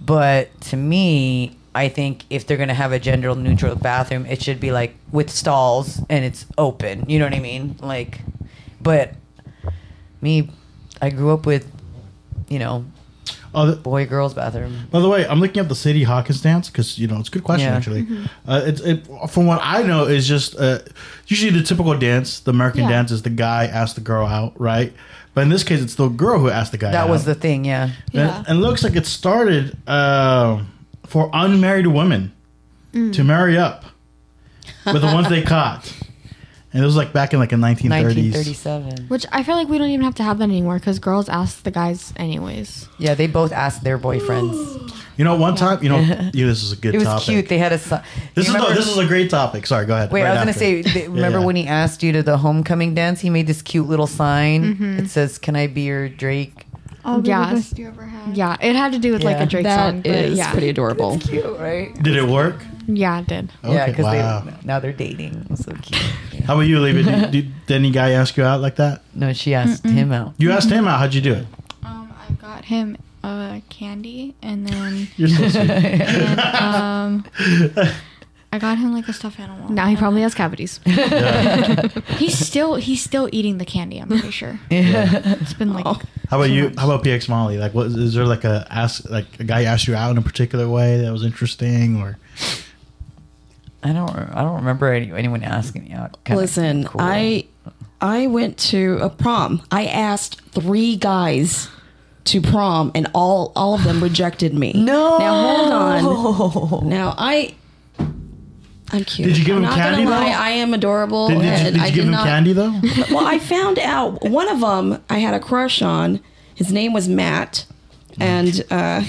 But to me, I think if they're gonna have a gender neutral bathroom, it should be like with stalls and it's open. You know what I mean? Like, but me, I grew up with, you know, Uh, Boy, girls bathroom. By the way, I'm looking up the Sadie Hawkins dance because you know it's a good question Yeah. actually. Mm-hmm. Uh, it's it, from what I know is just uh, usually the typical dance, the American Yeah. dance is the guy asks the girl out, right? But in this case, it's the girl who asked the guy. That out. was the thing, yeah. And- Yeah. and, looks like it started uh, for unmarried women Mm. to marry up with the ones they caught, and it was like back in like the 1930s. 1937. Which I feel like we don't even have to have that anymore because girls ask the guys anyways. Yeah, they both asked their boyfriends. You know, one time, you know, [LAUGHS] you know, this is a good It was topic. cute. They had a son. This is a, this is a great topic. Sorry, go ahead. Wait, Right I was after. [LAUGHS] gonna say. They, remember yeah. when he asked you to the homecoming dance? He made this cute little sign. Mm-hmm. It says, "Can I be your Drake?" I'll be Yes. the best you ever had. Yeah, it had to do with like Yeah. a Drake That song. is but yeah. pretty adorable. [LAUGHS] Cute, right? Did it work? Yeah, it did. yeah, Okay, because wow. they now they're dating. It was so cute. Yeah. How about you, Olivia? Did, [LAUGHS] did, did any guy ask you out like that? No, she asked him out. You asked him out. How'd you do it? Um, I got him uh, candy, and then You're so sweet. and, um, I got him like a stuffed animal. Now he probably has cavities. [LAUGHS] Yeah. he's still he's still eating the candy. I'm pretty [LAUGHS] sure it's been like How about you? How about PX Molly? Like, what is there like a ask like a guy asked you out in a particular way that was interesting or? I don't. I don't remember any, anyone asking me out. Kinda Listen, cool. I I went to a prom. I asked three guys to prom, and all all of them rejected me. No. Now [LAUGHS] hold on. Now I. I'm cute. Did you give him I'm not gonna candy, lie, though? I am adorable. Did, did you, and did you Oh, I give did him not, candy though? well, I found out one of them I had a crush on. His name was Matt, and uh,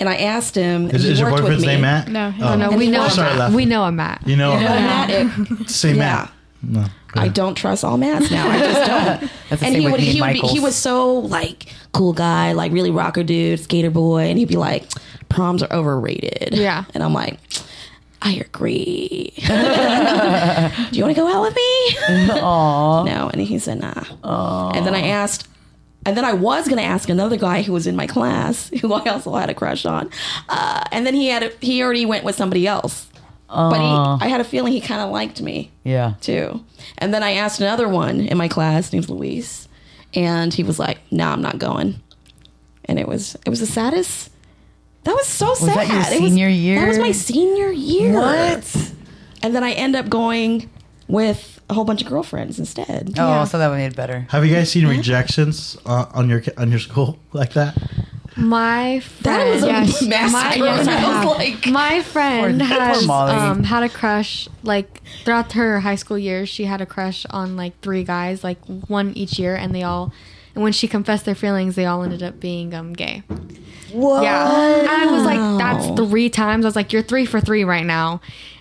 and I asked him. Is, he is your worked with boyfriend's me. name Matt? No, his- Oh. No, we he know. was- Sorry, I laughed. we know a Matt. You know, But Matt, it- say Matt. No, I don't trust all Matts now. I just [LAUGHS] don't. That's the and same he with would, me and he, would be, Michaels. he was so like cool guy, like really rocker dude, skater boy, and he'd be like, "Proms are overrated." Yeah. and I'm like, I agree. [LAUGHS] Do you want to go out with me? no, and he said nah. And then I asked. And then I was gonna ask another guy who was in my class, [LAUGHS] who I also had a crush on, uh, and then he had a, he already went with somebody else. But he, I had a feeling he kind of liked me Yeah. too. And then I asked another one in my class named Luis, and he was like, "No, I'm not going." And it was it was the saddest. That was so sad. that your It was- senior year? That was my senior year. What? And then I end up going with a whole bunch of girlfriends instead. Oh, so that one made it better. Have you guys seen rejections uh, on your on your school [LAUGHS] like that? My That friend, was a [LAUGHS] yes. massacre. My, yes, I I was have. like- my friend Poor- poor has Molly. um, had a crush like throughout her high school years. She had a crush on like three guys, like one each year, and they all. And when she confessed their feelings, they all ended up being um gay. What? Yeah, and I was like, that's three times. I was like, you're three for three right now.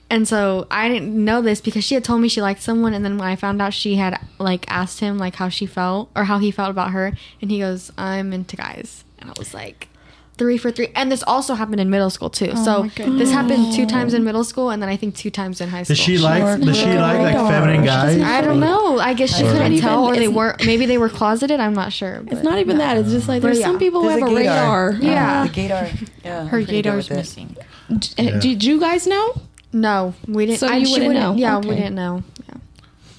And so I didn't know this because she had told me she liked someone, and then when I found out she had like asked him like how she felt or how he felt about her, and he goes, "I'm into guys," and I was like, three for three. And this also happened in middle school too. so my goodness. this happened two times in middle school, and then I think two times in high school. Does she like? Does she like like radar. feminine She doesn't guys? I don't know. I guess she Or- couldn't It's not tell, even- or they it's- were maybe they were closeted. I'm not sure. It's not even that. It's just like there's But yeah, some people who there's have a a gaydar. radar. Yeah. The gaydar. Yeah. Her Gator's missing. Uh, Yeah. Did you guys know? No, we didn't. So I, you she wouldn't know. Yeah, we Okay. didn't know.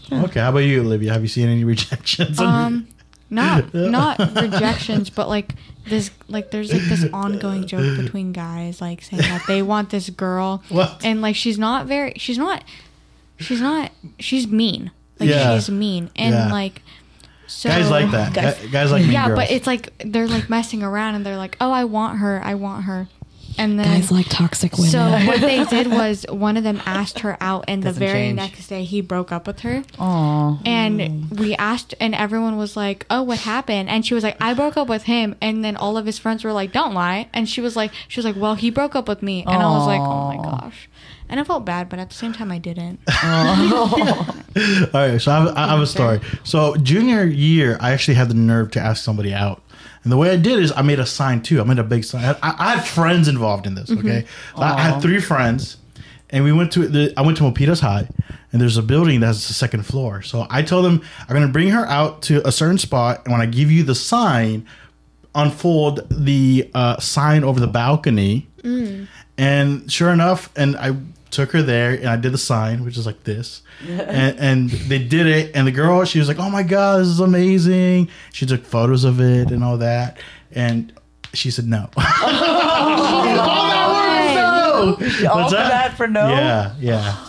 Yeah. Okay, how about you, Olivia? Have you seen any [LAUGHS] rejections? on Um, [LAUGHS] not not rejections, but like this like there's like this ongoing joke [LAUGHS] between guys like saying that they want this girl What? and like she's not very she's not she's not she's mean like Yeah. she's mean and Yeah. like so guys like that. Guys, Guys- guys like mean yeah, girls. [LAUGHS] but it's like [LAUGHS] they're like messing around and they're like oh I want her I want her and then Guys like toxic women. Uh, so [LAUGHS] what they did was one of them asked her out, and Doesn't the very change. next day he broke up with her. Aw. And we asked, and everyone was like, "Oh, what happened?" And she was like, "I broke up with him." And then all of his friends were like, "Don't lie." And she was like, "She was like, well, he broke up with me." And I was like, "Oh my gosh." And I felt bad, but at the same time, I didn't. All right, so I have, I have a story. So junior year, I actually had the nerve to ask somebody out, and the way I did is I made a sign too. I made a big sign. I had, I, I had friends involved in this. Mm-hmm. Okay, So I, I had three friends, and we went to the. I went to Mopitas High, and there's a building that has a second floor. So I told them I'm gonna bring her out to a certain spot, and when I give you the sign, unfold the uh, sign over the balcony. Mm. And sure enough, and I took her there and I did the sign, which is like [LAUGHS] this. and, and they did it. And the girl, she was like, oh my God, this is amazing. She took photos of it and all that. And She said no. [LAUGHS] All What's for that? that for no. Yeah, yeah.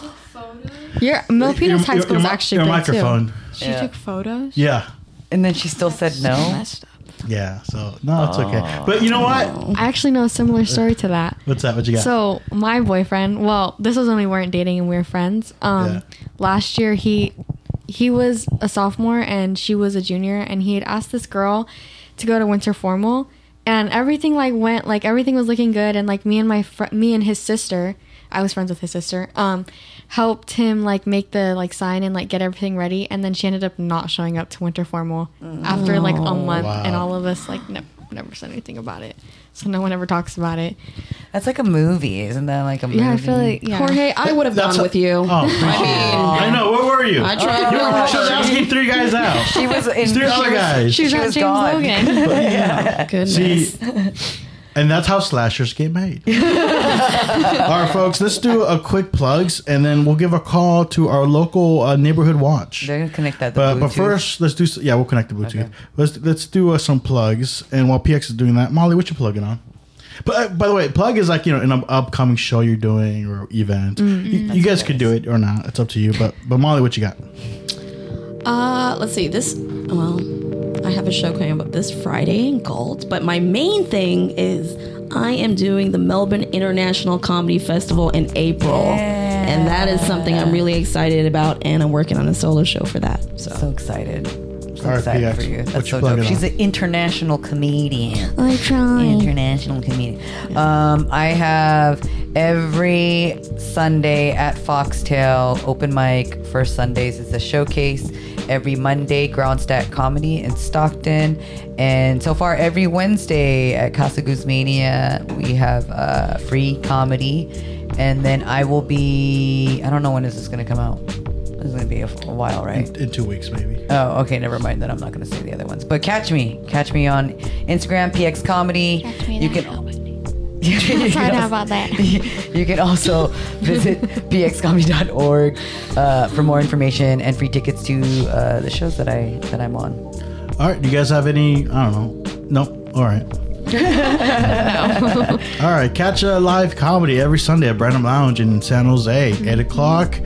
Your Milpitas High School is mi- actually your good microphone. She Yeah. took photos. Yeah, And then she still said no. Messed up. yeah. So no, it's okay. But you know what? too. I actually know a similar story to that. What's that? What you got? Oh. So my boyfriend, well, this was when we weren't dating and we were friends. Um, Yeah. last year he he was a sophomore and she was a junior, and he had asked this girl to go to winter formal, and everything like went like everything was looking good, and like me and my fr- me and his sister, I was friends with his sister, um, helped him like make the like sign and like get everything ready, and then she ended up not showing up to winter formal after like a month, and Oh, Wow. all of us like ne- never said anything about it. So no one ever talks about it. That's like a movie, isn't that like a movie? Yeah, I feel like yeah. Jorge, I would have That's gone a- with you. Oh, I know. Where were you? I tried. You were she was asking three guys out. [LAUGHS] she [LAUGHS] was in Three other she was- guys. She was She not was James gone. [LAUGHS] Logan. [LAUGHS] Goodness. See, and that's how slashers get [LAUGHS] made. All right, folks, let's do a quick plugs, and then we'll give a call to our local uh, neighborhood watch. They're gonna connect that. To But, but Bluetooth. first, let's do s- yeah. We'll connect the Bluetooth. Let's let's do uh, some plugs, and while PX is doing that, Molly, what you plugging on? But uh, by the way, plug is like you know an up- upcoming show you're doing or event. Mm-hmm. You, you guys could do it or not. It's up to you. But but Molly, what you got? Uh, let's see. This well, I have a show coming up this Friday in Gold, but my main thing is I am doing the Melbourne International Comedy Festival in April, and that is something I'm really excited about, and I'm working on a solo show for that. So, so excited. So All right, excited PX, for you. what That's you so plugging dope. She's on? an international comedian. I try. International comedian. Um, I have every Sunday at Foxtail open mic. First Sundays is a showcase. Every Monday, Groundstack Comedy in Stockton. And so far, every Wednesday at Casa Guzmania, we have uh, free comedy. And then I will be, I don't know when is this going to come out. This is going to be a, a while, right? In two weeks, maybe. Oh, okay. Never mind. Then I'm not going to say the other ones. But catch me, catch me on Instagram, PX Comedy. you can. [LAUGHS] you, I can know also, about that. [LAUGHS] you can also visit pxcomedy.org uh, for more information and free tickets to uh, the shows that I that I'm on. All right. Do you guys have any? I don't know. No. All [LAUGHS] right. All right. Catch a live comedy every Sunday at Brandon Lounge in San Jose, eight o'clock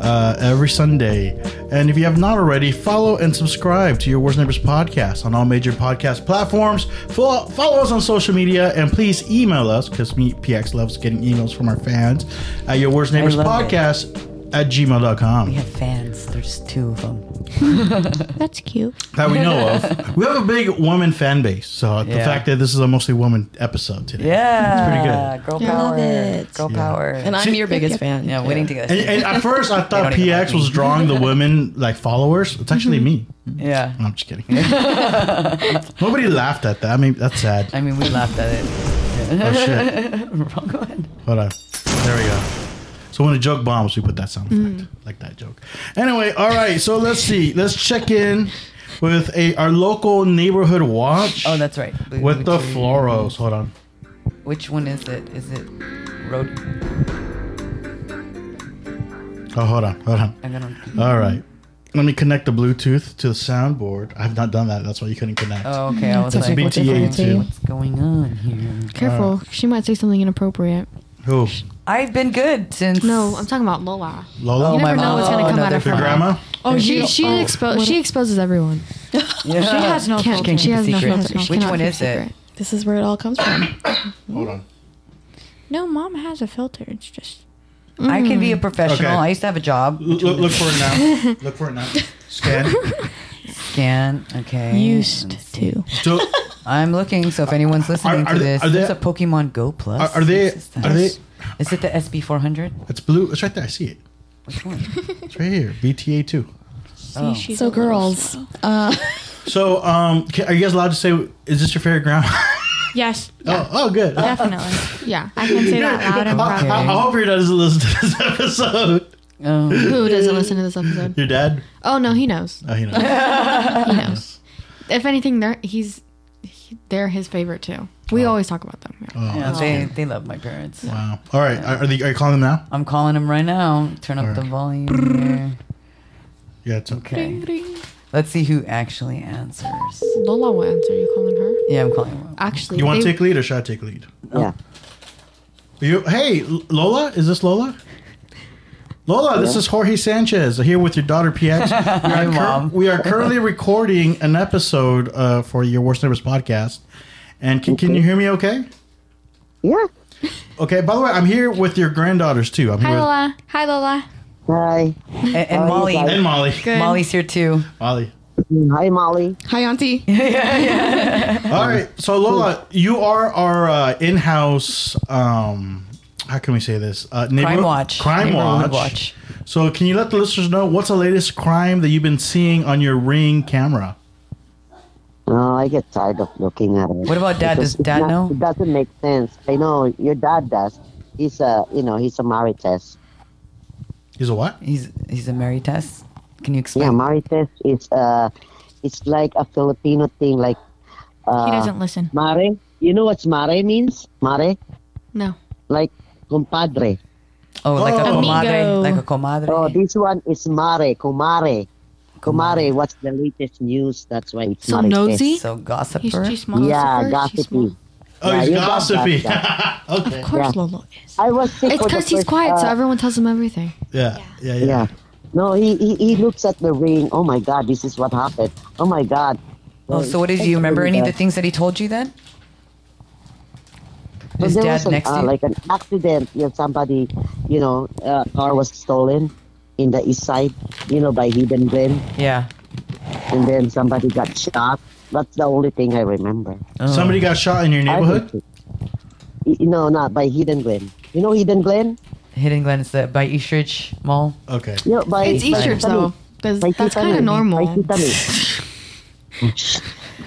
uh, every Sunday. And if you have not already, follow and subscribe to your Worst Neighbors podcast on all major podcast platforms. Follow, follow us on social media and please email us because me PX loves getting emails from our fans at your Worst Neighbors love it. podcast at gmail.com. We have fans. There's two of them. That's cute. that we know [LAUGHS] of. We have a big woman fan base, so the Yeah. fact that this is a mostly woman episode today. Yeah, It's pretty good. Girl I power. love it. Girl Yeah. power. And I'm your biggest fan. yeah, waiting to get. And, and at first, I thought don't even PX like me. Mm-hmm. was drawing the women like followers. It's actually me. yeah. No, I'm just [LAUGHS] kidding. Nobody laughed at that. I mean, that's sad. [LAUGHS] I mean, we laughed at it. Oh shit! [LAUGHS] Wrong one. Hold on. There we go. So when a joke bombs, we put that sound effect, Mm. like that joke. Anyway, all right. So let's see. Let's check in with a our local neighborhood watch. Oh, that's right. Blue- with the blue- floros. Hold on. Which one is it? Is it road? Oh, hold on. Hold on. I don't. All right. Let me connect the Bluetooth to the soundboard. I've not done that. That's why you couldn't connect. Oh, okay. I was It's like, BTA what's going- too. what's going on here? Careful, she might say something inappropriate. Who? I've been good since. No, I'm talking about Lola. Lola? Oh, my never know mom. what's gonna Oh, come out another of Your her friend. grandma? Oh, she you- she, oh, expo- she exposes everyone. Yeah. She has no Can't- filter. she has no secret. filter. She Which cannot one keep is it? secret. This is where it all comes from. Hold on. No, mom has a filter. It's just I can Mm. be a professional. Okay. I used to have a job. Look, look for it now. look for it now. Scan. Scan. Okay. used to. So, I'm looking. So if anyone's listening are to they- this, are they- it's a Pokemon Go Plus. are, are they? What is Are they? this? Is it the SB400? It's blue. It's right there. I see it. [LAUGHS] Which one? It's right here. BTA two. Oh. so, girls, uh, [LAUGHS] So, um, ca are you guys allowed to say? Is this your favorite grandma? Yes, oh, oh, good. definitely. Yeah. I can say that loud and I, proud. I, I hope your dad doesn't listen to this [LAUGHS] episode. Oh. [LAUGHS] Who doesn't listen to this [LAUGHS] episode? Your dad? Oh no, he knows. Oh, he knows. He knows. If anything, they're he's he, they're his favorite too. We always talk about them. Yeah. Yeah, they, they love my parents. Oh, Wow. All right. Are, are, they, are you calling them now? I'm calling them right now. Turn up the volume. Here. Yeah. It's okay. Okay. Let's see who actually answers. Lola will answer. You calling her? Yeah, I'm calling. Lola. Actually, You want to they- take lead or should I take lead? Yeah. You, hey, L- Lola, is this Lola? Lola, this is Jorge Sanchez here with your daughter PX. We are, Hi, Mom. we are currently recording an episode uh, for your Worst Neighbors podcast. And can, can you hear me okay? Yeah. Okay, by the way, I'm here with your granddaughters too. I'm [LAUGHS] Hi, here with, Lola. Hi, Lola. Hi. And, and Oh, Molly. you guys- and Molly. Molly's here too. Molly. Hi, Molly. Hi, Auntie. All right. So Lola, you are our uh, in-house. Um, how can we say this? Uh, neighborhood- Crime Watch. Crime watch. Neighborhood So can you let the listeners know what's the latest crime that you've been seeing on your ring camera? Oh, I get tired of looking at it. What about dad? Does dad Not- know? It doesn't make sense. I know your dad does. He's a, you know, he's a Marites. Is a what? He's he's a Marites. Can you Yeah, explain? Marites is uh, it's like a Filipino thing. Like uh, He doesn't listen. mare. You know what mare means? Mare, no. like compadre. Oh, like a Oh. comadre. Amigo. Like a comadre. Oh, this one is mare, kumare. Kumare, what's the latest news? That's why it's So Marites. nosy? Oh, so He's gossiper. too small. Yeah, Lucifer. She's gossipy. small. Oh, Yeah, he's your dad does gossipy. [LAUGHS] that. okay. Of course, Yeah. Lola is. I was sick It's for the because he's first, quiet, so uh, everyone tells him everything. Yeah. Yeah. Yeah. Yeah. No, he, he he looks at the ring. Oh my God, this is what happened. Oh my God. Oh, so what did you remember? Any of the things that he told you then? Well, His there dad was an, next to uh, you? like an accident. You know, somebody, you know, uh, car was stolen in the east side. You know, by hidden bin, Yeah. and then somebody got shot. That's the only thing I remember. Oh. Somebody got shot in your neighborhood. I- You know, not by Hidden Glen. You know Hidden Glen? Hidden Glen is that by Eastridge Mall. Okay. You know, by, It's by Easter, Titanic. though. That's, By that's kind Titanic. of By normal. Titanic.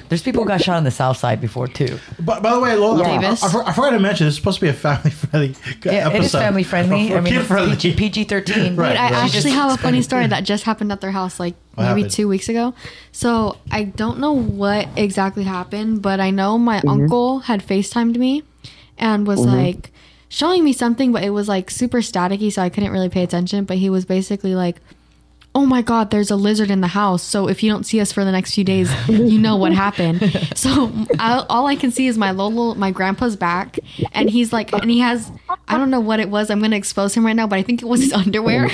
There's people who got shot on the south side before too. But by the way, Lola, I- Davis. I, I, forgot to mention this is supposed to be a family-friendly Yeah, episode. it is [LAUGHS] family friendly. I mean, Kid-friendly. it's PG thirteen. [LAUGHS] Right. Dude, I right. actually have a funny story that just happened at their house like What maybe happened? two weeks ago. So I don't know what exactly happened, but I know my uncle had FaceTimed me and was like showing me something, but it was like super staticky, so I couldn't really pay attention. But he was basically like, Oh my God, there's a lizard in the house. So if you don't see us for the next few days, you know what happened. So I, all I can see is my Lolo, my grandpa's back, and he's like, and he has, I don't know what it was. I'm going to expose him right now, but I think it was his underwear. [LAUGHS] and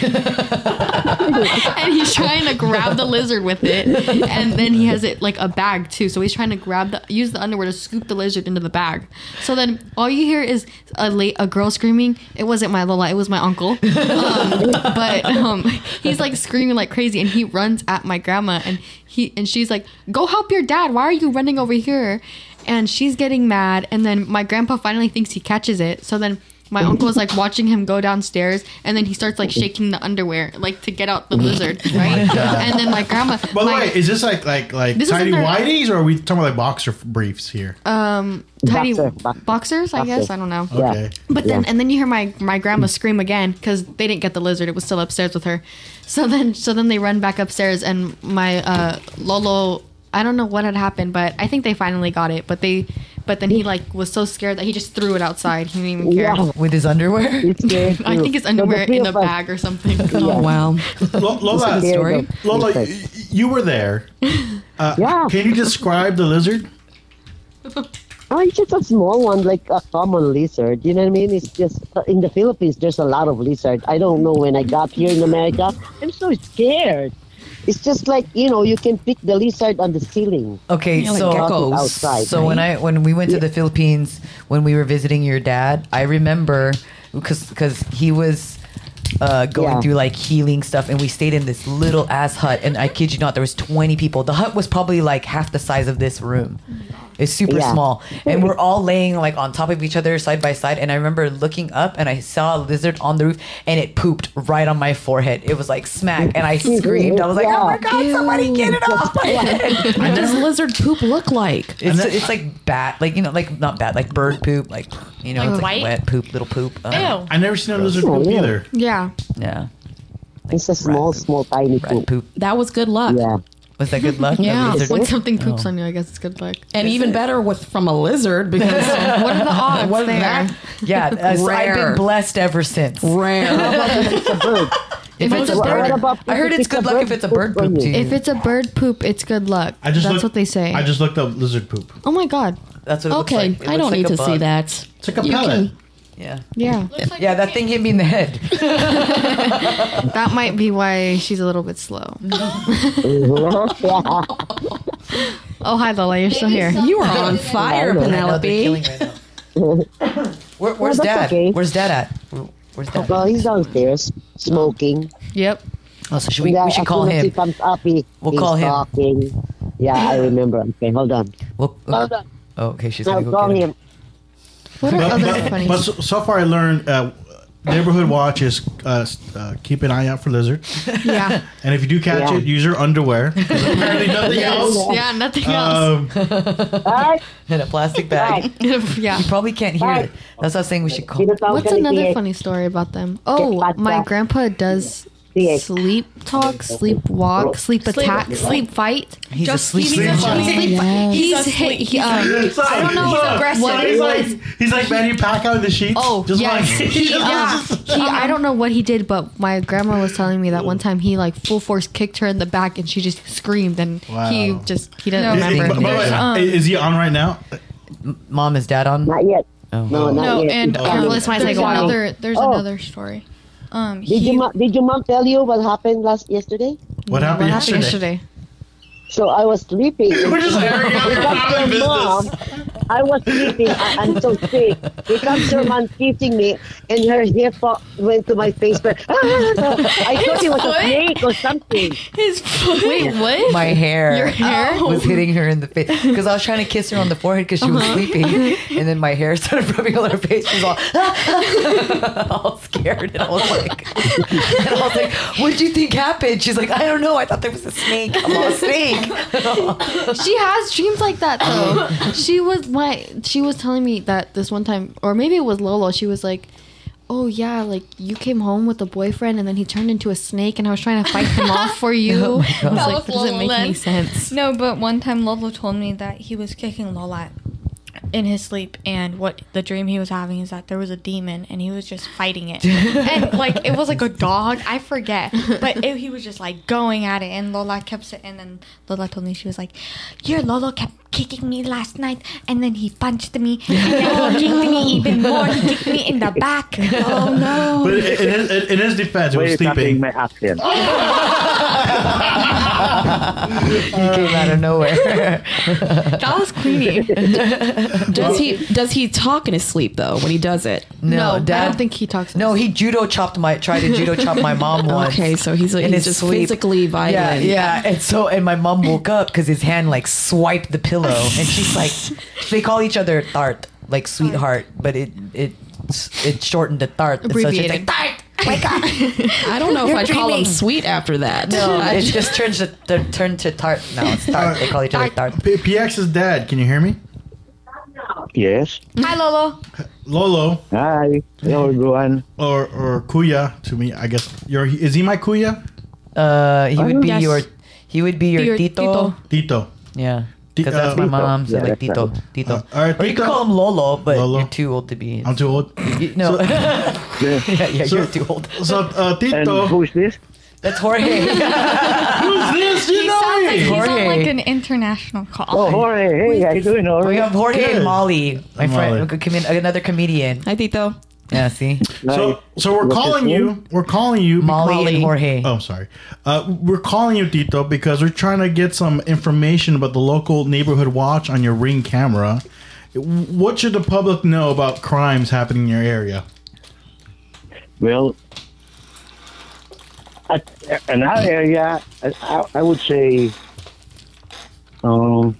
he's trying to grab the lizard with it. And then he has it like a bag too. So he's trying to grab the, use the underwear to scoop the lizard into the bag. So then all you hear is a, la- a girl screaming. It wasn't my Lola, it was my uncle. Um, but um, he's like screaming like crazy and he runs at my grandma and he and she's like go help your dad why are you running over here and she's getting mad and then my grandpa finally thinks he catches it so then my uncle is like watching him go downstairs and then he starts like shaking the underwear like to get out the lizard right and then my grandma By the my- way, is this like like like This is tiny in their- whiteys or are we talking about like boxer f- briefs here? um tiny Boxer, boxer. boxers i guess Boxer. i don't know Yeah. Okay. But then, and then you hear my my grandma scream again because they didn't get the lizard; it was still upstairs with her. So then, so then they run back upstairs, and my uh, Lolo, I don't know what had happened, but I think they finally got it. But they, but then he like was so scared that he just threw it outside. He didn't even care. [LAUGHS] Yeah. with his underwear. It's scary I too. think it's So the underwear three in a of us- bag or something. [LAUGHS] Yeah. Oh, Wow. Lo- Lola, Scary Story? though. Lola, y- Yes, y- you were [LAUGHS] there. Uh, Yeah. Can you describe the lizard? Oh, it's just a small one, like a common lizard. You know what I mean? It's just uh, in the Philippines. There's a lot of lizards. I don't know when I got here in America. I'm so scared. It's just like you know, you can pick the lizard on the ceiling. Okay, like so geckos, outside, so when I when we went to the Philippines when we were visiting your dad, I remember because because he was uh, going Yeah. through like healing stuff, and we stayed in this little ass hut. And I kid you not, there was twenty people. The hut was probably like half the size of this room. It's super Yeah. Mm. small, and we're all laying like on top of each other, side by side. And I remember looking up, and I saw a lizard on the roof, and it pooped right on my forehead. It was like smack, and I screamed. I was like, "Oh my god! Somebody get it [LAUGHS] off my head!" What does lizard poop look like? It's, it's like bat, like you know, like not bat, like bird poop, like you know, it's like white? wet poop, little poop. Um, I never seen a lizard Oh, poop yeah. either. yeah, Yeah, It's a small, small, tiny rat poop. poop. That was good [LAUGHS] luck. Yeah. Was that good luck? A Yeah. lizard- when something poops Oh. on you, I guess it's good luck. And even better with from a lizard because What are the odds what there? that yeah. uh, so I've been [LAUGHS] Rare. [LAUGHS] blessed ever since. rare. It's a bird. If it's a What bird, about I heard if it's good luck bird if it's a poop bird for poop you? too. if it's a bird poop, it's good luck. I just That's looked- what they say. I just looked up lizard poop. oh my god. That's what it looks Okay, like. It I looks don't like need a to see bug. that. It's like a You pellet. can- Yeah. Yeah, Yeah, that thing hit me in the head. that might be why she's a little bit slow. yeah. Oh hi Lola, you're still here. You [LAUGHS] are on fire, know. Penelope. Where, where's that's dad? okay. Where's dad at? Where- Where's dad? [LAUGHS] Well, he's downstairs smoking. Yep. Oh, so should we, Yeah, we should as call soon as He him. comes up, he, We'll he's call him. Talking. Yeah, I remember. Okay, hold on. We'll, Hold on. oh, okay, she's I'll gonna go call get him. him. What are But, other but, Oh, funny? but so, so far, I learned uh, neighborhood watch is uh, s- uh, keep an eye out for lizard. yeah. And if you do catch Yeah. it, use your underwear. 'Cause Apparently, nothing else. [LAUGHS] Yeah. Nothing else. [LAUGHS] Um, All right. in a plastic [LAUGHS] bag. Right. yeah. You probably can't hear Right. it. That's what I was saying we should call. Sino tawag What's ka ni another Tia? funny story about them? Oh, back my up. grandpa does Yeah. sleep [LAUGHS] talk, sleep walk, sleep attack, sleep fight. He's Just asleep. he's asleep. He's, He's hit. asleep. He, [LAUGHS] um, It's like- I don't know. He's look, aggressive. What he's like, he's like, man, you pack out the sheets. Oh, just yes. like, [LAUGHS] he, [LAUGHS] yeah. He, I don't know what he did, but my grandma was telling me that one time he like full force kicked her in the back, and she just screamed, and he Wow. just he doesn't Is, remember. but- but wait, is he on right now? Mom is dad on. Not yet. Oh. No, not No, yet. and Oh. um, Careless might there's take a while. another. There's Oh. another story. Um, Did he- your mom, did your mom tell you what happened last yesterday? What happened What yesterday? happened yesterday? So I was sleeping. [LAUGHS] We're just airing out your family Your mom, business. I was sleeping. I, I'm so sick. Here comes her mom kissing me, and her hair fo- went to my face. But [LAUGHS] ah, I thought it was a snake or [LAUGHS] something. his foot. Wait, what? My hair. Your hair? [LAUGHS] was hitting her in the [LAUGHS] face because I was trying to kiss her on the forehead because she Uh-huh. was sleeping, and then my hair started rubbing on her face. She was all, [LAUGHS] all scared, and I was like, [LAUGHS] and I was like, "What do you think happened?" She's like, "I don't know. I thought there was a snake. [LAUGHS] I saw a snake." She has dreams like that though. she was my she was telling me that this one time or maybe it was Lolo, she was like, Oh yeah, like you came home with a boyfriend and then he turned into a snake and I was trying to fight him off for you. Oh my I was God. like, That that was doesn't make Lolo any then. sense. No, but one time Lolo told me that he was kicking Lola in his sleep, and what the dream he was having is that there was a demon and he was just fighting it. [LAUGHS] and like it was like a dog, I forget, [LAUGHS] [LAUGHS] but it, he was just like going at it, and Lola kept sitting. And Lola told me she was like, "Your Lolo kept kicking me [LAUGHS] last night, and then he punched me, and then he kicked me even more. He kicked me [LAUGHS] in the back. Oh no!" But in in his, in his defense, he was copying sleeping. my accent. he came out of [LAUGHS] nowhere. [LAUGHS] That was Queenie. Does he does he talk in his sleep though when he does it? No, No, I dad. don't think he talks. No, he judo chopped my tried to judo chop my [LAUGHS] mom once. Okay, so he's like in he's his just sleep. physically Yeah, violent. yeah. And so, and my mom woke up because his hand like swiped the pillow, and she's [LAUGHS] like, they call each other tart, like sweetheart, but it it it shortened to tart. And so she's like, Abbreviated. tart, wake up. I don't know if You're I'd call him dreaming. sweet after that. No, [LAUGHS] I it just- just turns to to- turned to tart. No, it's tart. They call each other tart. P- PX's dad, can you hear me? Yes. Hi, Lolo. Lolo Hi. Hello, everyone. or or Kuya to me, I guess. Your is he my Kuya? Uh, he would be Oh, Yes. your he would be your, your tito. tito. Tito. Yeah. Ti- Because that's uh, my Tito. mom, so Yeah, like that's Tito, right. Tito. Uh, all right, or you could Tito. call him Lolo, but Lolo. you're too old to be. I'm too old. You- no, Yeah. [LAUGHS] yeah, yeah, So- you're too old. So uh, And Tito, who's this? That's [LAUGHS] Jorge. who's this? You know Sounds like he's me. on like Jorge. an international call. Oh, Jorge. Hey, how you doing? Jorge? we have Jorge Good. and Molly, my Molly. friend, a com- another comedian. I think though. Yeah, see, So so we're What's his calling name? you. We're calling you. Molly, and Jorge. Oh, I'm sorry. Uh, we're calling you Tito because we're trying to get some information about the local neighborhood watch on your ring camera. What should the public know about crimes happening in your area? Well, at, in our area, I- I, I would say, um,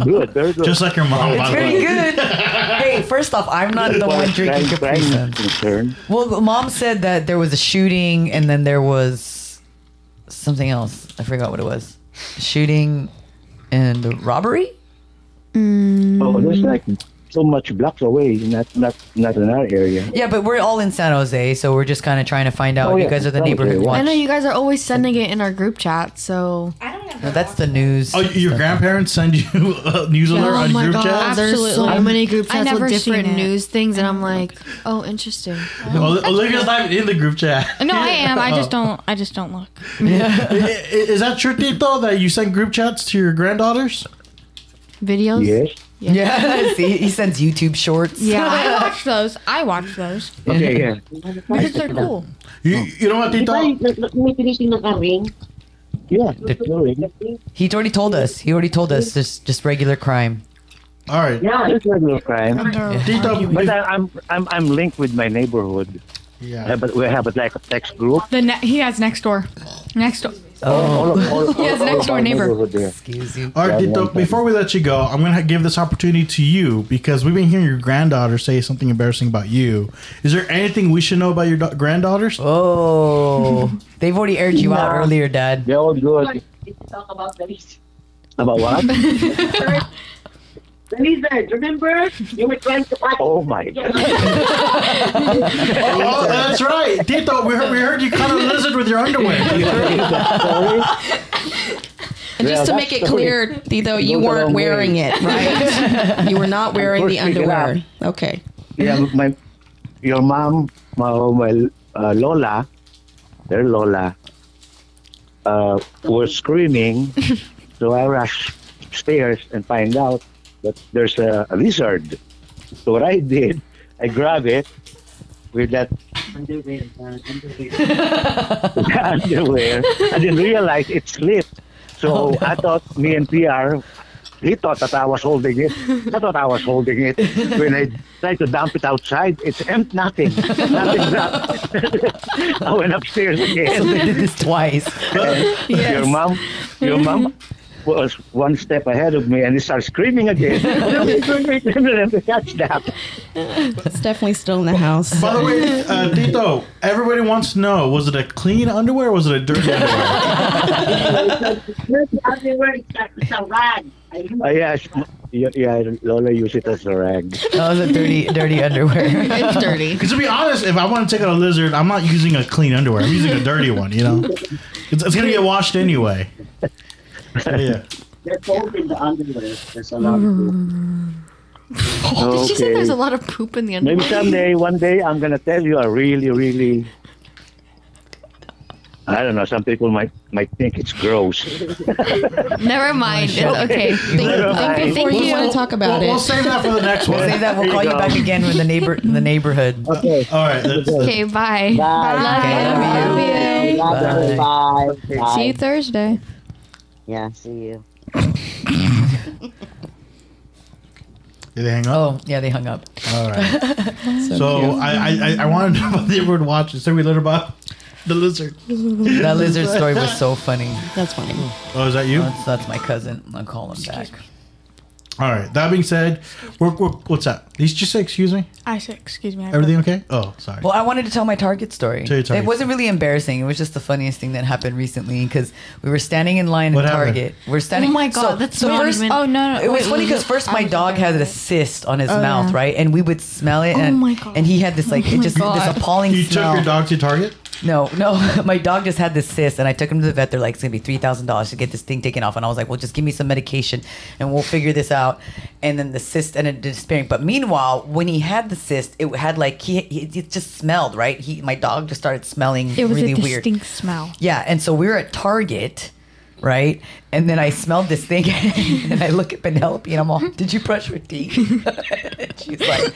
good, very good. Just like your mom. It's by the very way. good. hey, first off, I'm not the one drinking Capri Sun. concern. Well, mom said that there was a shooting and then there was something else. I forgot what it was. Shooting and robbery? Oh, there's like so much blocks away. Not, not, not in our area. Yeah, but we're all in San Jose, so we're just kind of trying to find out. Oh, you yeah, guys are the San Jose, neighborhood yeah. I watch. know you guys are always sending it in our group chat, so I don't know No, that's the news. Oh, [LAUGHS] your grandparents send you [LAUGHS] a news Oh alert on group chat? there's so Absolutely. many group chats never with different seen it. news things, and I'm like, oh, interesting. Oli- Olivia's not in the group chat. Oh. No, I am. I just don't. I just don't look. I- i- Is that true, Tito, that you send group chats to your granddaughters? Videos. Yes. Yeah, [LAUGHS] see, he sends YouTube shorts. [LAUGHS] I watch those. I watch those Okay, yeah. because they're cool. You, you know what, Di ba, Tito? may finishing na ka-ring? Yeah. He already told us. He already told us. Just, just regular crime. All right. Yeah, it's regular crime. But Tito, I, I'm I'm I'm linked with my neighborhood. Uh, yeah. but we have a, like a text group. The ne- he has next door. Next door. All of, all, all, Yes, all next of door our neighbor. neighborhood there. Excuse you. All right, Yeah, Tito, one thing. before we let you go, I'm going to give this opportunity to you because we've been hearing your granddaughter say something embarrassing about you. Is there anything we should know about your da- granddaughters? Oh, they've already aired you out Nah. earlier, Dad. They're all good. talk about the lizard. About [LAUGHS] what? The lizard, remember? You were trying to fight. Oh my god. Oh, oh, that's right. Tito, we heard, we heard you caught a lizard with your underwear. [LAUGHS] Sorry. And Yeah, just to that's make it the clear, Tito, you Goes a long weren't wearing way. [LAUGHS] it, right? you were not wearing the pushing it underwear. Okay. Yeah, my your mom, my, my uh, Lola, their Lola, uh, [LAUGHS] were screaming. so I rushed upstairs and find out that there's a, a lizard. So what I did, I grabbed it with that Underwear, uh, underwear. [LAUGHS] underwear. [LAUGHS] I didn't realize it slipped. Oh, So I thought me and PR, he thought that I was holding it. I thought I was holding it. When I tried to dump it outside, it's empty. Nothing. Nothing dropped. [LAUGHS] I went upstairs So again. [LAUGHS] they did this twice. Uh, Your mom, your mom was one step ahead of me, and he started [LAUGHS] screaming again. [LAUGHS] Uh, Catch that. It's definitely still in the house. By the way, uh, Tito, everybody wants to know was it a clean underwear or was it a dirty underwear? There's the underwear. It's a- It's a rag. I remember. Uh, yes, m- yeah, yeah, Lola used it as a rag. That was a dirty, dirty underwear. it's dirty. Because to be honest, if I want to take out a lizard, I'm not using a clean underwear. I'm using a dirty one, you know? It's, it's going to get washed anyway. So, yeah. They're cold in the underwear. There's a lot of food. Okay. She said there's a lot of poop in the underwear. Maybe someday, one day, I'm gonna tell you. I really, really. I don't know. Some people might might think it's gross. Never mind. It's [LAUGHS] okay. Never mind. Before you want to talk about we'll, it. We'll save that for the next one. Say that. We'll There call you you go. back again with the neighbor, the neighborhood. Okay. All right. That's, that's, Okay, bye. Bye. Okay, love you. Bye. Bye. Bye. See you Thursday. Yeah, see you. did they hang up? Oh, yeah, they hung up. All [LAUGHS] right. So I, I, I- I wanted to know about the everyone watch. So we learned about the lizard. That lizard story was so funny. That's funny. Oh, is that you? That's, that's my cousin. I'll call him back. All right. That being said, we're, we're, what's that? Did you just say, excuse me? I said, excuse me. I Everything okay? Oh, sorry. Well, I wanted to tell my Target story. Tell your Target It wasn't really embarrassing. It was just the funniest thing that happened recently because we were standing in line What at happened? Target. We're standing. Oh my God, so- that's so not first- even- Oh no no. It was wait, funny because look, first I my was dog there. had a cyst on his mouth, right? And we would smell it. And, my God. and he had this like it just this appalling you smell. took your dog to Target? No, no. [LAUGHS] My dog just had this cyst, and I took him to the vet. They're like, it's gonna be three thousand dollars to get this thing taken off. And I was like, well, just give me some medication, and we'll figure this out. And then the cyst ended disappearing. But meanwhile, when he had the cyst, it had like he, he it just smelled right. He my dog just started smelling It was really a weird. distinct smell. Yeah, and so we were at Target, right? And then I smelled this thing, [LAUGHS] and I look at Penelope, and I'm all, "Did you brush your teeth?" [LAUGHS] and she's like,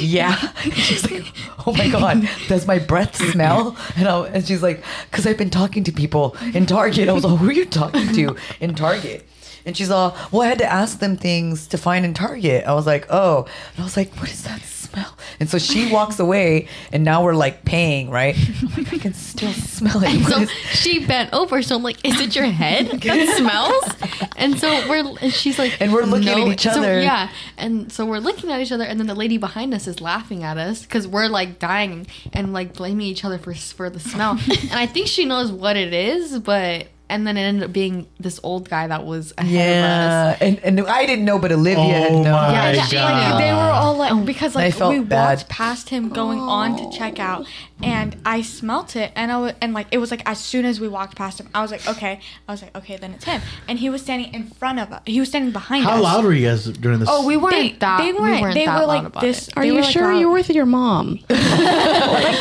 "Yeah." And she's like, "Oh my god, does my breath smell?" And, I, and she's like, "Cause I've been talking to people in Target." I was like, "Who are you talking to in Target?" And she's all, "Well, I had to ask them things to find in Target." I was like, "Oh," and I was like, "What is that smell?" And so she walks away, and now we're like paying, right? I'm like, I can still smell it. [LAUGHS] What So is- [LAUGHS] she bent over, so I'm like, "Is it your head [LAUGHS] that smells?" And so we're, and she's like, And we're looking at each So, other. yeah, and so we're looking at each other, and then the lady behind us is laughing at us because we're [LAUGHS] like dying and like blaming each other for for the smell. and I think she knows what it is, but and then it ended up being this old guy that was ahead of us. Yeah, and, and I didn't know, but Olivia had Oh known. my Yeah, God. Yeah, like, they were all like because I like felt we bad. walked past him going on to check out, Oh. and I smelt it, and I was, and like it was like as soon as we walked past him, I was like, okay, I was like, okay, then it's him, and he was standing in front of us. He was standing behind us. How loud were you guys during this? Oh, we weren't They, that. they weren't. We weren't they that were loud like about this. It. Are they you were, like, uh, sure loud. you were "Uh, with your mom? They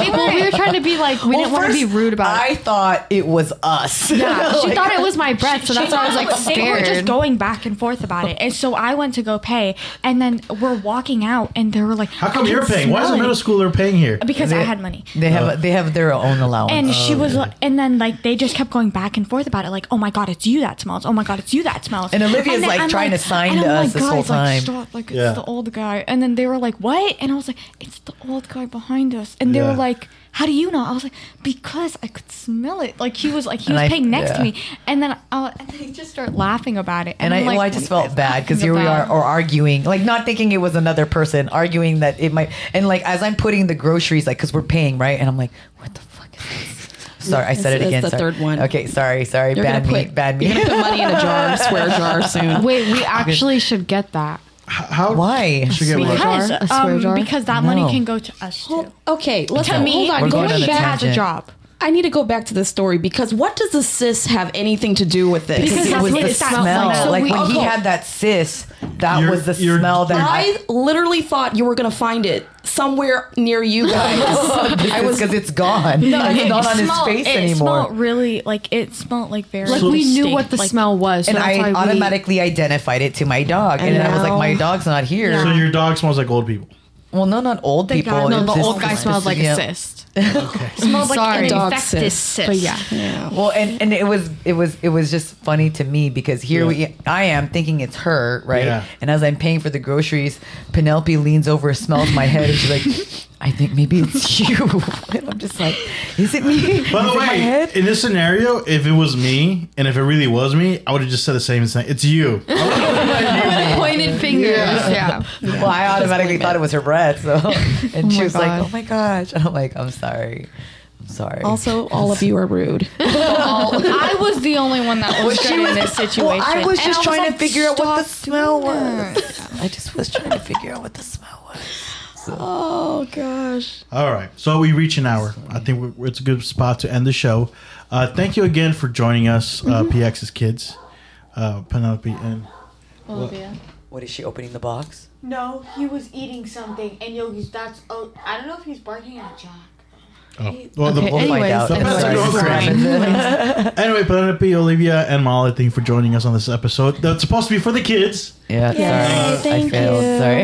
Well, we were weren't- trying to be like we didn't want to be rude about I [LAUGHS] it. thought it was us. Yeah, she Like, thought it was my breath, so that's why I was like They were scared. just going back and forth about it, and so I went to go pay, and then we're walking out, and they were like, How come I you're can paying? Why is the smell middle it. schooler paying here? Because I They- had money. [LAUGHS] They have they have their own allowance. And she was, like, and then like they just kept going back and forth about it. Like, oh my god, it's you that smells. Oh my god, it's you that smells. And Olivia's, then like, trying to sign and to us I'm like, this whole "Guys, like, time." stop, like it's Yeah. the old guy. And then they were like, what? And I was like, it's the old guy behind us. And they Yeah. were like, how do you know? I was like, because I could smell it. Like he was like he And was I- paying next yeah. to me. And then I, and they just start laughing about it. and I, I'm like, well, I "What just are you felt guys bad because laughing here we are, about?" or arguing, like not thinking it was another person, arguing that it might. And like as I'm putting the groceries, like because we're paying, right? And I'm like, what the fuck is this? Sorry, I said it It's- again. it's the sorry. third one. Okay, sorry, sorry. You're bad gonna me, put- bad me. You're gonna put money in a jar, square [LAUGHS] jar soon. Wait, we actually should get that. How? Why? Should get Because- what? jar? A Because, square um, jar? because that No. money can go to us too. Okay, let's to me, hold on. We're Going, going on a back, has a tangent. job. I need to go back to this story because what does the cis have anything to do with this? Because it that's was what the it smell. smelled like. So like we- when he Okay. had that sis, that You're- was the you're- smell that [LAUGHS] I literally thought you were gonna find it somewhere near you guys. I was because it's gone. it's not on his smelled- face it anymore. smelled really like it smelled like very. Like we knew stink, what the like- smell was, so and that's I why we- automatically identified it to my dog, and, And then I was like, now- "My dog's not here." So your dog smells like old people. Well, no, not old people. God, no, It's the just- old guy it's smells just- like yeah. [LAUGHS] a cyst. smelled Sorry. like Dog an infected cyst. cyst. But yeah, Well, and, and it was it was it was just funny to me because here we I am thinking it's her, right? Yeah. And as I'm paying for the groceries, Penelope leans over, smells my head, and she's like, "I think maybe it's [LAUGHS] you." and I'm just like, "Is it me?" By Is the it my way, head? in this scenario, if it was me and if it really was me, I would have just said the same thing. It's [LAUGHS] you. pointed fingers. Yeah, well, I automatically thought it was her breath. [LAUGHS] So, and she my was like, God. "Oh my gosh!" I'm like, "I'm sorry, I'm sorry." also, all of you are rude. I was the only one that was good in this situation. Well, I was And just trying to like, figure out what the "Stop smell doing was. that." [LAUGHS] I just was trying to figure out what the smell was. Oh gosh. All right. So we reach an hour. I think we're- it's a good spot to end the show. Uh, thank you again for joining us, uh, Mm-hmm. PX's kids, uh, Penelope and. What is she opening the box? No, he was eating something, and Yogi's that's. Oh, I don't know if he's barking at Jack. Oh, well, the- We'll find anyways, out. I'm Sorry. sorry. anyway, Penelope, Olivia, and Molly, thank you for joining us on this episode. That's supposed to be for the kids. [LAUGHS] Yeah, sorry. I thank failed. you. Sorry.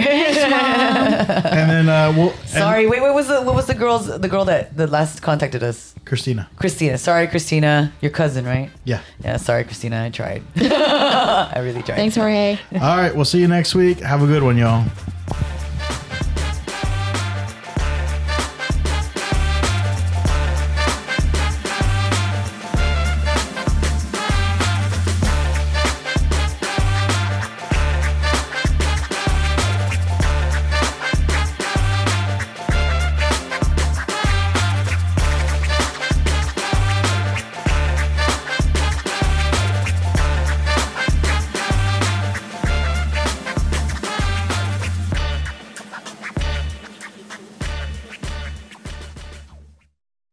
And then uh, we'll. and [LAUGHS] sorry. Wait, what was the what was the girl's the girl that the last contacted us? Christina. Christina. Sorry, Christina. Your cousin, right? Yeah. Yeah, sorry, Christina. I tried. [LAUGHS] I really tried. Thanks, Jorge. All right. We'll see you next week. Have a good one, y'all.